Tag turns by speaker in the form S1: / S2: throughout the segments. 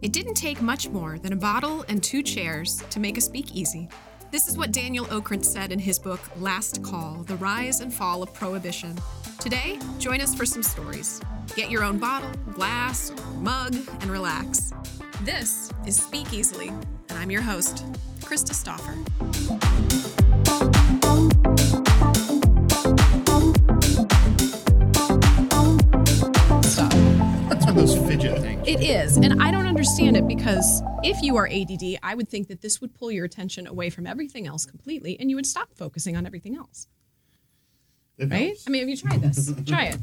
S1: It didn't take much more than a bottle and two chairs to make a speakeasy. This is what Daniel Okrent said in his book Last Call The Rise and Fall of Prohibition. Today, join us for some stories. Get your own bottle, glass, mug, and relax. This is Speak Easily, and I'm your host, Krista Stoffer.
S2: Stop. That's one of those fidget things.
S1: It is, and I don't understand it because if you are ADD, I would think that this would pull your attention away from everything else completely and you would stop focusing on everything else,
S2: It
S1: right?
S2: helps.
S1: I mean, have you tried this? Try it.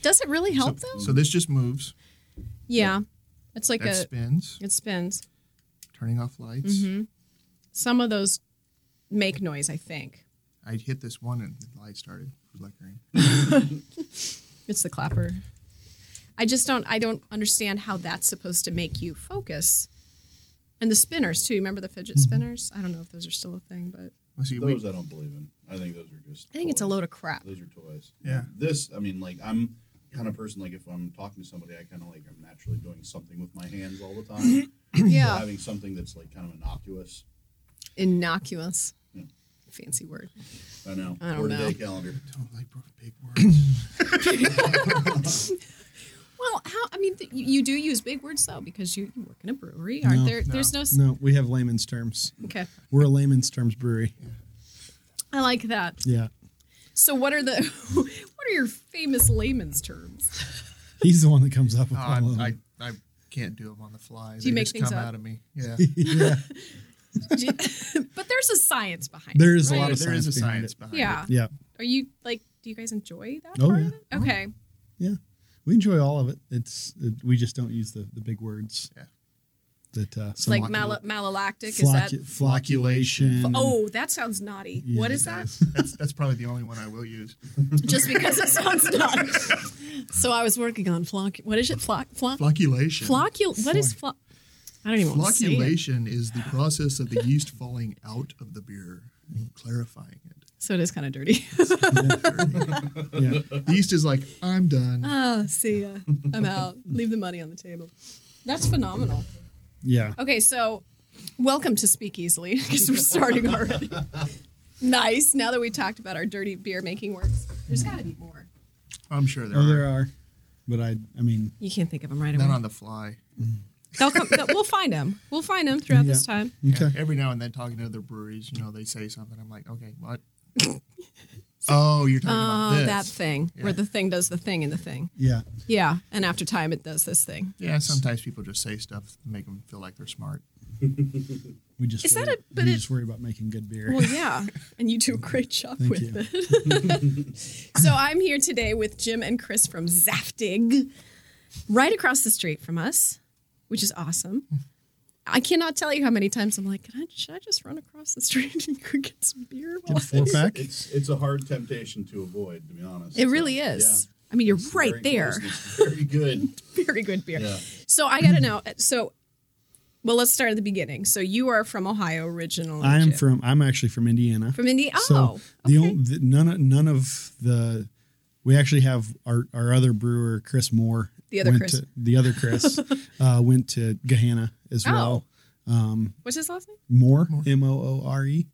S1: Does it really help
S2: so,
S1: though?
S2: so this just moves.
S1: yeah. It's like
S2: That
S1: a
S2: spins.
S1: it spins.
S2: Turning off lights.
S1: Mm-hmm. Some of those make noise, I think.
S2: I hit this one and the light started flickering.
S1: It's the clapper. I just don't I don't understand how that's supposed to make you focus. And the spinners too. You Remember the
S2: Mm-hmm.
S1: fidget spinners? I don't know if those are still a thing, but
S2: Well, see, we-
S3: Those I don't believe in. I think those are just.
S1: I think it's a
S3: toys.
S1: load of crap.
S3: Those are toys.
S2: Yeah.
S3: This, I mean, like I'm kind of person like if I'm talking to somebody, I kind of like I'm naturally doing something with my hands all the time.
S1: Yeah.
S3: Having something that's like kind of innocuous.
S1: Innocuous.
S3: Yeah.
S1: Fancy word.
S3: I know.
S1: I don't
S3: Word of
S1: know.
S3: day calendar.
S2: don't like big words.
S1: Well, how I mean, th- you, you do use big words though because you, you work in a brewery. Aren't
S4: No,
S1: there? There's no. s-
S4: No, we have layman's terms.
S1: Okay,
S4: We're a layman's terms brewery.
S1: I like that.
S4: Yeah.
S1: So, what are the what are your famous layman's terms?
S4: He's the one that comes up with
S2: Oh,
S4: all of them.
S2: I, I, I can't do them on the fly.
S1: Do
S2: they
S1: you make
S2: just
S1: things
S2: come
S1: up?
S2: out of me. Yeah.
S4: yeah.
S1: Do you- but there's a science behind.
S4: There
S1: it,
S4: is a
S1: right?
S4: lot of
S2: there is a
S4: science behind
S2: science behind
S4: it.
S1: Yeah.
S4: Yeah.
S1: Are you like? Do you guys enjoy that
S4: Oh,
S1: part
S4: yeah.
S1: of it? Okay.
S4: Yeah. We enjoy all of it. It's it, we just don't use the, the big words.
S2: Yeah.
S4: That uh
S1: It's like
S4: some-
S1: mal- malolactic.
S4: flocu-
S1: is that?
S4: flocculation.
S1: Oh, that sounds naughty.
S4: Yeah,
S1: what is
S4: it
S1: that?
S2: it. That's, that's probably the only one I will use.
S1: Just because it sounds naughty. so I was working on flock. What is it? Flock. Flock.
S2: Flocculation.
S1: Floccul. What is flock? I don't even want to say it.
S2: Flocculation is the process of the yeast falling out of the beer and clarifying it.
S1: So it is kind of dirty.
S4: Yeah.
S2: The yeast is like, I'm done.
S1: Ah, see ya. I'm out. Leave the money on the table. That's phenomenal.
S4: Yeah.
S1: Okay, so welcome to Speak Easily because we're starting already. nice. Now that we talked about our dirty beer making works, there's got to be more.
S2: I'm sure there
S4: Oh,
S2: are.
S4: there are. But I I mean
S1: You can't think of them right
S4: Mm.
S2: Not on the fly.
S1: They'll come, they'll- we'll find them. We'll find them throughout this
S4: Yeah.
S1: time.
S4: okay.
S2: E-, Every now and then, talking to other breweries, you know, they say something. I'm like, okay, what? oh, you're talking about
S1: Oh,
S2: this.
S1: that thing where
S2: Yeah.
S1: the thing does the thing in the thing.
S4: Yeah.
S1: Yeah, and after time it does this thing.
S2: Yeah, sometimes people just say stuff to make them feel like they're smart.
S4: We just
S1: Is
S4: worry,
S1: that a- but
S4: we
S1: it-
S4: just worry about making good beer.
S1: Well, yeah, and you do a great job
S4: Thank
S1: with
S4: you.
S1: it. so I'm here today with Jim and Chris from Zaftig, right across the street from us, which is awesome. I cannot tell you how many times I'm like, Can I, should I just run across the street and go get some beer?
S4: Get a four
S3: It's,
S4: pack.
S3: it's it's a hard temptation to avoid, to be honest.
S1: it really
S3: So,
S1: is.
S3: yeah.
S1: I mean, you're
S3: It's
S1: right
S3: very
S1: there.
S3: close and it's Very good.
S1: Very good beer.
S3: Yeah.
S1: So I got to know. So, well, let's start at the beginning. So you are from Ohio originally.
S4: I am
S1: Jim.
S4: from I'm actually from Indiana.
S1: from India. Oh,
S4: So the
S1: okay.
S4: only the, none of, none of the we actually have our, our other brewer Chris Moore.
S1: The other
S4: went
S1: Chris.
S4: to- the other Chris uh, went to Gahanna as
S1: Oh.
S4: well.
S1: what's his last name?
S4: Moore M O O R E.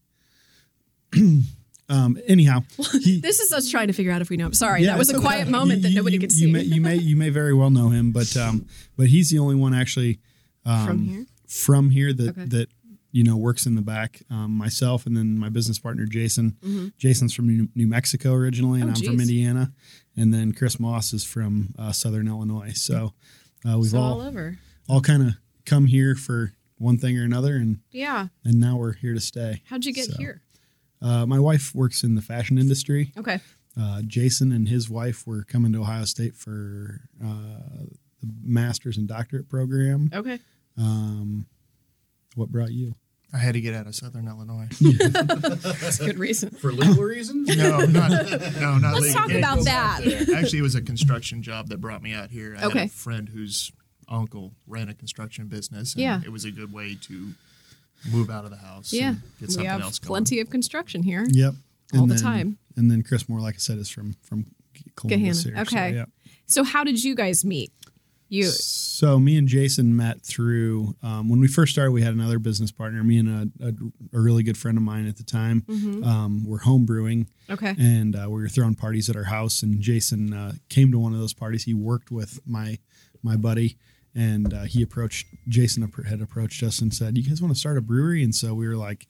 S4: Um. Anyhow, he,
S1: This is us trying to figure out if we know him. Sorry,
S4: yeah,
S1: that was a
S4: it's okay.
S1: quiet moment that
S4: You-
S1: nobody
S4: you,
S1: could
S4: you
S1: see
S4: May, you may you may very well know him, but um, but he's the only one actually
S1: from
S4: um,
S1: here.
S4: from here that
S1: Okay.
S4: that you know works in the back um, myself and then my business partner jason
S1: Mm-hmm.
S4: jason's from new, new mexico originally and
S1: Oh,
S4: i'm from
S1: geez.
S4: indiana and then chris moss is from uh, southern illinois so uh, we've
S1: So all
S4: all all,
S1: over.
S4: kind of come here for one thing or another and
S1: Yeah.
S4: and now we're here to stay
S1: How'd you get
S4: So,
S1: here?
S4: uh, my wife works in the fashion industry
S1: Okay.
S4: uh, Jason and his wife were coming to Ohio State for uh, the master's and doctorate program. Um,
S1: Okay.
S4: What brought you?
S2: I had to get out of Southern Illinois.
S1: That's a good reason.
S3: For legal reasons?
S2: No, not no, not
S1: Let's
S2: legally.
S1: talk about
S3: go
S1: that.
S3: back there.
S2: Actually, it was a construction job that brought me out here. I
S1: Okay.
S2: had a friend whose uncle ran a construction business. And
S1: Yeah.
S2: it was a good way to move out of the house.
S1: Yeah.
S2: and get something
S1: We have
S2: else going.
S1: plenty of construction here.
S4: Yep.
S1: All
S4: And
S1: the
S4: then-
S1: time.
S4: And then Chris Moore, like I said, is from from Columbus
S1: Gahanna.
S4: here. So,
S1: Okay.
S4: yeah.
S1: So how did you guys meet? Cute.
S4: So me and Jason met through um, when we first started. We had another business partner. Me and a, a, a really good friend of mine at the time um, were home brewing,
S1: Okay.
S4: and uh, we were throwing parties at our house. And Jason uh, came to one of those parties. He worked with my my buddy, and uh, he approached Jason appro- had approached us and said, "You guys want to start a brewery?" And so we were like,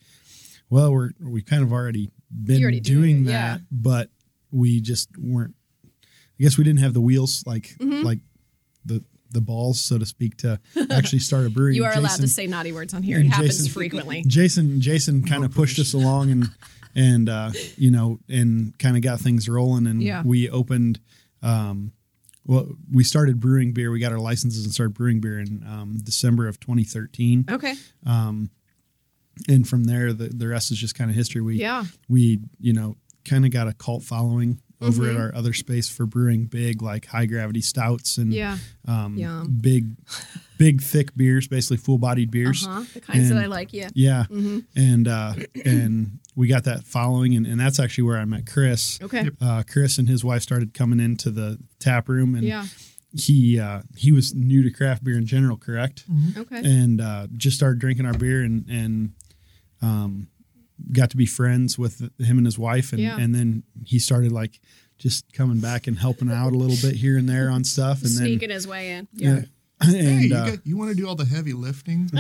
S4: "Well, we're we kind of already been
S1: already do
S4: doing
S1: it,
S4: that,
S1: yeah.
S4: but we just weren't. I guess we didn't have the wheels like like the the balls, so to speak, to actually start a brewery."
S5: You are
S4: And
S5: allowed to
S4: Jason-
S5: say naughty words on here. It
S4: and
S5: happens
S4: Jason-
S5: frequently.
S4: Jason Jason kind of pushed us along and and uh, you know and kind of got things rolling and
S1: Yeah.
S4: we opened um, well we started brewing beer we got our licenses and started brewing beer in um, December of 2013
S1: Okay.
S4: and from there the, the rest is just kind of history we
S1: Yeah.
S4: we you know kind of got a cult following over
S1: Mm-hmm.
S4: at our other space for brewing big like high gravity stouts and
S1: Yeah.
S4: um,
S1: Yum.
S4: big big thick beers basically full bodied beers
S1: Uh-huh. The kinds that
S4: And-
S1: I like. Yeah.
S4: yeah.
S1: Mm-hmm.
S4: And uh, and we got that following, and, and that's actually where I met Chris.
S1: Okay.
S4: Uh, Chris and his wife started coming into the tap room, and
S1: Yeah.
S4: he uh, he was new to craft beer in general, correct?
S2: Mm-hmm.
S1: Okay.
S4: And uh, just started drinking our beer, and and um, got to be friends with him and his wife, and
S1: Yeah.
S4: and then he started like just coming back and helping out a little bit here and there on stuff, and
S1: Sneaking his way in. Yeah.
S4: then yeah, and,
S2: Hey, you,
S4: uh,
S2: got- you want to do all the heavy lifting?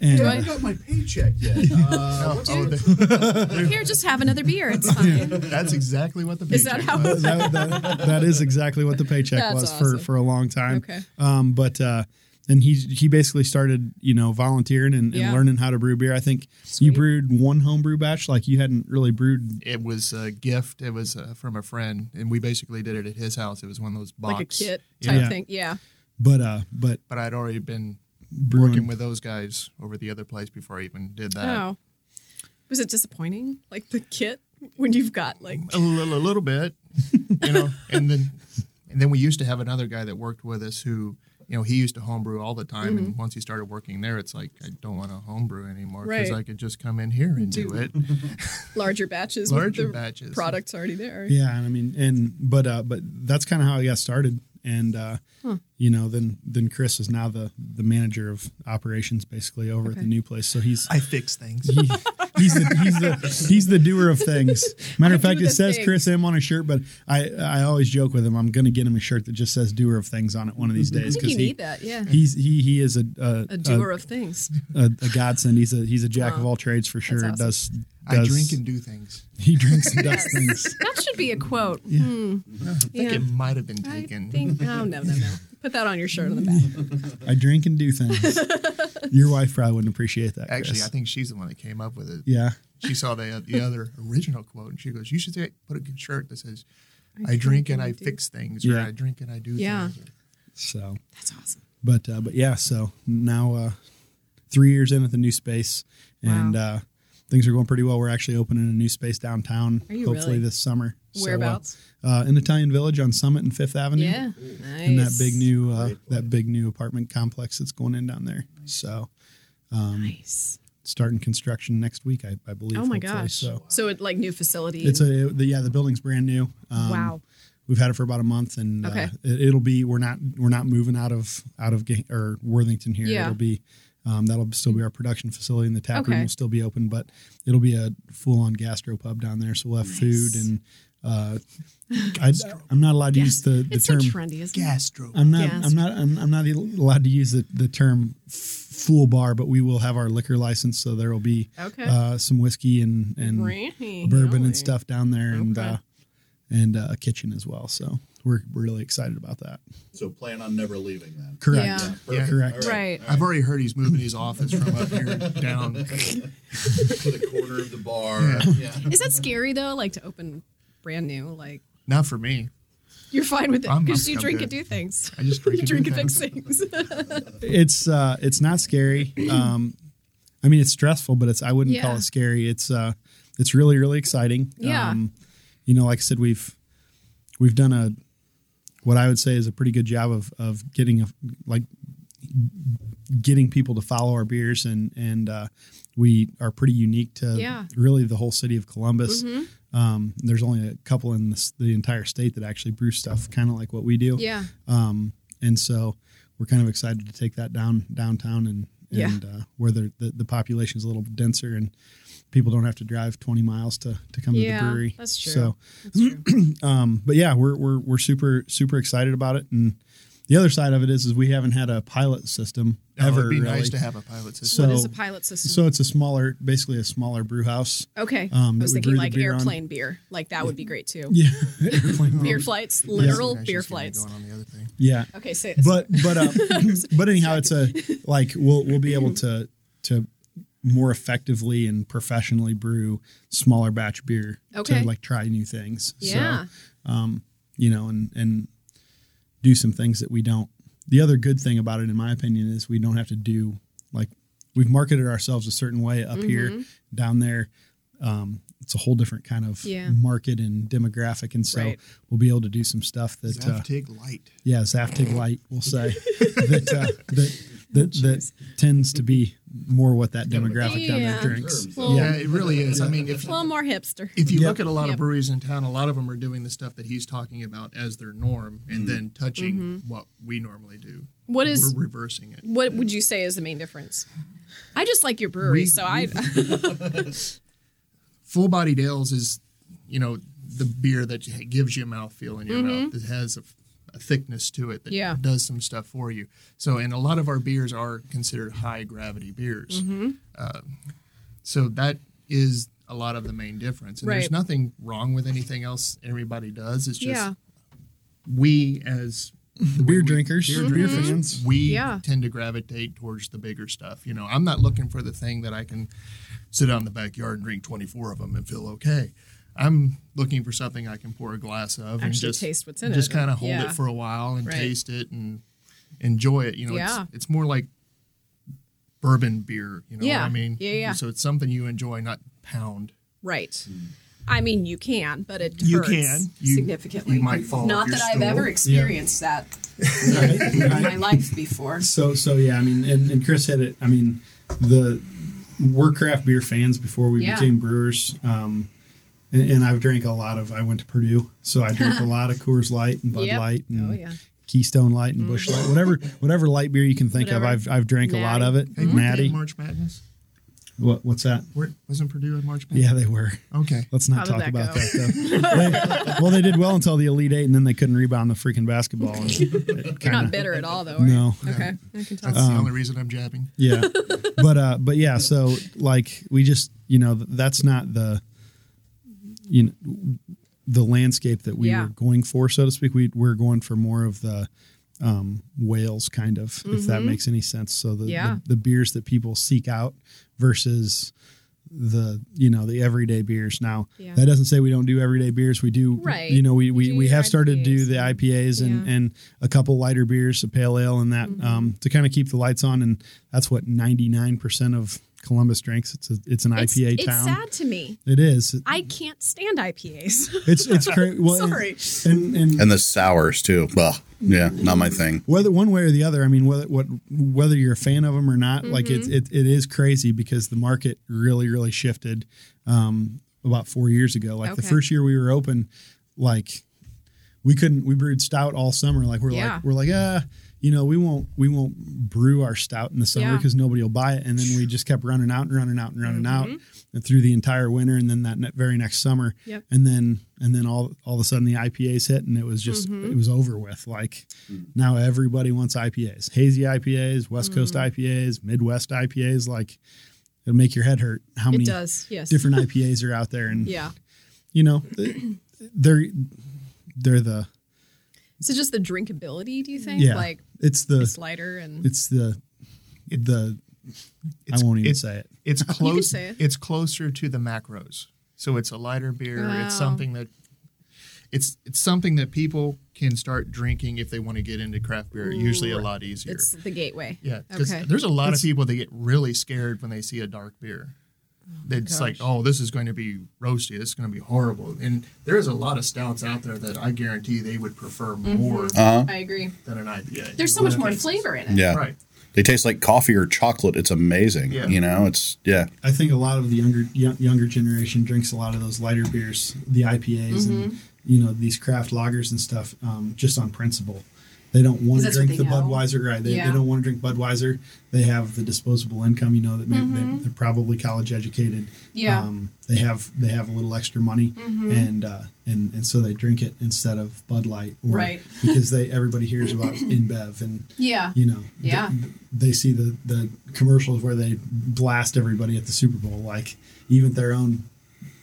S4: and uh,
S3: I got my paycheck yet. Uh,
S2: Oh,
S3: what's-
S2: oh, that-
S1: Here, just have another beer. It's fine.
S2: that's exactly what the
S1: Is that
S2: paycheck
S1: how-
S2: was.
S4: that, that- that is exactly what the paycheck
S1: That's
S4: was for
S1: awesome.
S4: for a long time.
S1: Okay.
S4: Um, but uh, and he he basically started you know volunteering and, and
S1: Yeah.
S4: learning how to brew beer. I think you brewed one homebrew batch, like you hadn't really brewed.
S2: It was a gift. It was uh, from a friend, and we basically did it at his house. It was one of those box
S1: Like a kit
S2: you
S1: type
S2: know,
S4: Yeah.
S1: thing. Yeah.
S4: But uh, but
S2: But I'd already been
S4: brewing.
S2: working with those guys over the other place before I even did that.
S1: Oh. Was it disappointing? Like the kit when you've got like
S2: a little, a little bit, you know. And then, and then we used to have another guy that worked with us who, you know, he used to homebrew all the time. And
S1: Mm-hmm.
S2: once he started working there, it's like I don't want to homebrew anymore because
S1: Right.
S2: I could just come in here and do,
S1: Do-
S2: it.
S1: larger batches
S2: Larger
S1: with the
S2: batches.
S1: products already there.
S4: yeah, and I mean and but uh, but that's kind of how I got started. And uh, you know, then then Chris is now the the manager of operations basically over at
S1: Okay.
S4: the new place. So he's
S2: I fix things.
S4: He- he's the he's the he's the doer of things. Matter of
S1: I do
S4: fact,
S1: the
S4: it says
S1: things.
S4: Chris M on his shirt, but I I always joke with him. I'm going to get him a shirt that just says doer of things on it one of these
S1: I
S4: days
S1: think you
S4: he.
S1: need that, yeah.
S4: He's he uh, he is a a,
S1: A doer of things.
S4: a, a godsend. He's a he's a jack of all trades for sure.
S1: awesome.
S4: Does
S2: I
S4: does
S2: drink and do things.
S4: he drinks and does things.
S1: That should be a quote. Hmm.
S2: I think
S1: Yeah.
S2: it might have been
S1: I
S2: taken.
S1: think no, no, no, no. Put that on your shirt on the back.
S4: I drink and do things. Your wife probably wouldn't appreciate that.
S2: Actually,
S4: Chris.
S2: I think she's the one that came up with it.
S4: yeah.
S2: She saw the the other original quote, and she goes, "You should say, put a good shirt that says." I drink and I fix things, or
S4: Yeah.
S2: I drink and I do
S1: Yeah.
S2: things.
S4: So
S1: That's awesome.
S4: but uh, but yeah, so now uh, three years in at the new space, and uh, things are going pretty well. We're actually opening a new space downtown,
S1: Are you
S4: hopefully
S1: really?
S4: this summer. So, uh,
S1: Whereabouts?
S4: uh, in Italian Village on Summit and Fifth Avenue.
S1: Yeah. Nice.
S4: In that big new uh, that big new apartment complex that's going in down there. So um,
S1: nice.
S4: starting construction next week, I, I believe.
S1: Oh my
S4: hopefully.
S1: gosh.
S4: So
S1: So, it like new facility.
S4: it's a it- the, yeah the building's brand new. Um,
S1: wow.
S4: We've had it for about a month, and
S1: Okay.
S4: uh, it, it'll be we're not we're not moving out of out of Ga- or Worthington here.
S1: Yeah.
S4: It'll be um, that'll still be our production facility, and the tap
S1: Okay.
S4: room will still be open, but it'll be a full on gastro pub down there. So we'll have food, and uh, I, I'm not allowed to use the the
S1: it's
S4: term.
S1: so trendy, isn't it?
S2: Gastro.
S4: I'm not.
S1: Gastro.
S4: I'm not. I'm, I'm not e, allowed to use the, the term f- full bar, but we will have our liquor license, so there will be
S1: Okay.
S4: uh, some whiskey and and
S1: Really?
S4: bourbon and stuff down there, and
S1: Okay.
S4: uh, and uh, a kitchen as well. So we're we're really excited about that.
S3: So plan on never leaving then.
S4: Correct.
S1: Yeah.
S2: Yeah.
S4: Correct.
S3: All
S1: Right.
S3: all
S2: I've already heard he's moving his office from up here down.
S3: to the corner of the bar. Yeah.
S1: Is that scary though? Like to open brand new? Like
S2: Not for me.
S1: you're fine with it
S2: I'm-
S1: because
S2: I'm-
S1: you
S2: I'm
S1: drink
S2: good.
S1: and do things.
S2: I just drink
S1: You drink
S2: and do
S1: and fix
S2: things.
S1: things.
S4: It's uh, it's not scary. Um, I mean, it's stressful, but it's I wouldn't call
S1: Yeah.
S4: it scary. It's uh, it's really really exciting.
S1: Yeah.
S4: Um, you know, like I said, we've we've done a what I would say is a pretty good job of of getting a like getting people to follow our beers and and uh, we are pretty unique to
S1: Yeah. Mm-hmm.
S4: really the whole city of Columbus. Um, there's only a couple in this, the entire state that actually brew stuff kind of like what we do
S1: yeah.
S4: and so we're kind of excited to take that down downtown and
S1: Yeah.
S4: and uh, where the, the the population's a little denser and people don't have to drive 20 miles to to come to
S1: Yeah,
S4: the brewery.
S1: that's true.
S4: So
S1: That's true.
S4: um, but yeah, we're we're we're super super excited about it. And the other side of it is is we haven't had a pilot system
S2: That
S4: ever.
S2: would be
S4: really.
S2: nice to have a pilot system.
S4: So-
S1: what is a pilot system?
S4: So it's a smaller, basically a smaller brew house.
S1: okay.
S4: um,
S1: I was
S4: that
S1: thinking
S4: we brew the
S1: like
S4: beer on.
S1: airplane beer. Like that would be great too.
S4: Yeah, Airplane
S1: Beer
S4: brew.
S1: flights,
S2: I was
S1: literal
S2: thinking I was
S1: beer
S2: just gonna be
S1: flights.
S2: Going on the other thing.
S4: yeah.
S1: Okay, say this.
S4: But but uh, but anyhow, it's a like we'll we'll be able to to more effectively and professionally brew smaller batch beer
S1: Okay.
S4: to like try new things.
S1: yeah.
S4: So, you know, and and do some things that we don't. The other good thing about it, in my opinion, is we don't have to do like we've marketed ourselves a certain way up
S1: Mm-hmm.
S4: here, down there. Um, it's a whole different kind of
S1: Yeah.
S4: market and demographic, and so
S1: Right.
S4: we'll be able to do some stuff that uh,
S2: Zaftig Light.
S4: yeah, Zaftig Light, we'll say that uh, that that, that tends to be more what that demographic down
S1: Yeah.
S4: there drinks.
S1: Well,
S2: Yeah, it really is. I mean, if
S1: a little more hipster.
S2: if you
S4: Yeah.
S2: look at a lot
S1: Yep.
S2: of breweries in town, a lot of them are doing the stuff that he's talking about as their norm, and then touching what we normally do.
S1: Mm-hmm. What is-
S2: we're reversing it?
S1: What would you say is the main difference? I just like your brewery,
S2: We-
S1: so I
S2: Full bodied ales is, you know, the beer that you- gives you a mouthfeel in your mouth. It has a, a thickness to it that
S1: Mm-hmm. Yeah.
S2: does some stuff for you. So, and a lot of our beers are considered high gravity beers.
S1: Mm-hmm.
S2: Uh, so that is a lot of the main difference. And
S1: Right.
S2: there's nothing wrong with anything else everybody does. It's just
S1: yeah.
S2: we as
S4: Beer drinkers, Mm-hmm.
S2: beer
S4: beer
S2: drinkers,
S4: fans.
S2: we
S1: Mm-hmm. Yeah.
S2: tend to gravitate towards the bigger stuff. You know, I'm not looking for the thing that I can sit out in the backyard and drink 24 of them and feel okay. I'm looking for something I can pour a glass of and
S1: Actually
S2: just
S1: taste what's in
S2: Just
S1: it.
S2: kind of hold
S1: Yeah.
S2: it for a while and
S1: Right.
S2: taste it and enjoy it. You know,
S1: Yeah.
S2: it's, it's more like bourbon beer. You know
S1: Yeah.
S2: what I mean?
S1: Yeah, yeah.
S2: So it's something you enjoy, not pound.
S1: Right. I mean, you can, but it
S2: Mm. You
S1: hurts
S2: can. You-
S1: significantly.
S2: you might fall off
S1: Not
S2: your
S1: that I've
S2: stool.
S1: ever
S2: Yeah.
S1: experienced that in my life before.
S4: So so yeah, I mean, and, and Chris hit it. I mean, the we're craft beer fans before we
S1: Yeah.
S4: became brewers. Um, and, and I've drank a lot of. I went to Purdue, so I drank a lot of Coors Light and Bud
S1: Yep.
S4: Light and
S1: Oh, yeah. Mm.
S4: Keystone Light and Bush Light, whatever whatever light beer you can think
S1: Whatever.
S4: of. I've I've drank a lot of it.
S1: Mm-hmm.
S2: Hey, weren't they
S4: Natty,
S2: in March Madness?
S4: what, what's that?
S2: Were- wasn't Purdue in March Madness?
S4: Yeah, they were.
S2: Okay.
S4: Let's not
S1: How
S4: talk
S1: did that
S4: about
S1: go?
S4: that though. They- well, they did well until the Elite Eight, and then they couldn't rebound the freaking basketball. and it
S1: You're
S4: kinda-
S1: not bitter at all, though. Are
S4: No.
S1: You? Okay. I can tell.
S2: That's the only reason I'm jabbing.
S4: yeah but uh but yeah so like we just you know th- that's not the you know the landscape that we
S1: Yeah.
S4: were going for so to speak we we're going for more of the um whales kind of if that makes any sense so the,
S1: Mm-hmm. Yeah.
S4: the the beers that people seek out versus the you know the everyday beers now
S1: Yeah.
S4: that doesn't say we don't do everyday beers we do
S1: Right.
S4: you know we we,
S1: do
S4: we
S1: your
S4: have started to do
S1: IPAs
S4: the IPAs and
S1: Yeah. Mm-hmm.
S4: and a couple lighter beers, a pale ale, and that um, to kind of keep the lights on. And that's what ninety nine percent of Columbus drinks. It's a, it's an
S1: It's,
S4: IPA
S1: it's
S4: town.
S1: sad to me.
S4: It is.
S1: I can't stand IPAs.
S4: It's it's crazy. Well, and-
S1: Sorry.
S4: And, and
S3: And the sours too. Well, yeah, not my thing.
S4: whether one way or the other, I mean, whether what whether you're a fan of them or not, like it's
S1: Mm-hmm.
S4: it, it is crazy because the market really really shifted um, about four years ago. Like the
S1: Okay.
S4: first year we were open, like we couldn't we brewed stout all summer. Like we're
S1: Yeah.
S4: like we're like ah. You know, we won't we won't brew our stout in the summer
S1: Yeah.
S4: because nobody will buy it, and then we just kept running out and running out and running
S1: Mm-hmm.
S4: out, and through the entire winter, and then that ne- very next summer,
S1: Yep.
S4: and then and then all all of a sudden the IPAs hit, and it was just
S1: Mm-hmm.
S4: it was over with. Like
S2: Mm.
S4: now everybody wants IPAs, hazy IPAs, West
S1: Mm-hmm.
S4: Coast IPAs, Midwest IPAs. Like it'll make your head hurt how
S1: It
S4: many
S1: does. Yes.
S4: different IPAs are out there, and
S1: Yeah.
S4: you know they're they're the
S1: So just the drinkability, do you think?
S4: yeah
S1: Like
S4: it's the
S1: it's lighter and
S4: it's the the I won't even
S2: it's-
S4: say it.
S2: It's close.
S1: say it.
S2: It's closer to the macros. So it's a lighter beer.
S1: Wow.
S2: It's something that it's it's something that people can start drinking if they want to get into craft beer. Usually a lot easier.
S1: it's the gateway.
S2: yeah, because
S1: Okay.
S2: there's a lot of people that get really scared when they see a dark beer. It's like, oh, this is going to be roasty. This is going to be horrible. And there's a lot of stouts out there that I guarantee they would prefer more
S3: Uh huh.
S1: I agree.
S2: than an IPA.
S1: Mm-hmm. There's so much more flavor in it.
S3: Yeah.
S2: Right.
S3: They taste like coffee or chocolate. It's amazing.
S2: Yeah.
S3: You know, it's yeah.
S4: I think a lot of the younger yo- younger generation drinks a lot of those lighter
S1: Mm-hmm.
S4: beers, the IPAs, and you know these craft lagers and stuff, um, just on principle. They They don't want to
S1: That's what
S4: drink the
S1: they know.
S4: Budweiser. Right? They,
S1: Yeah.
S4: they don't want to drink Budweiser. They have the disposable income. You know that maybe they, they're probably college educated.
S1: Mm-hmm. Yeah. Mm-hmm.
S4: Um, they have they have a little extra money, and uh, and and so they drink it instead of Bud Light, or,
S1: Right.
S4: Because they everybody hears about InBev, and
S1: Yeah.
S4: you know, th-
S1: Yeah.
S4: they see the the commercials where they blast everybody at the Super Bowl, like even their own,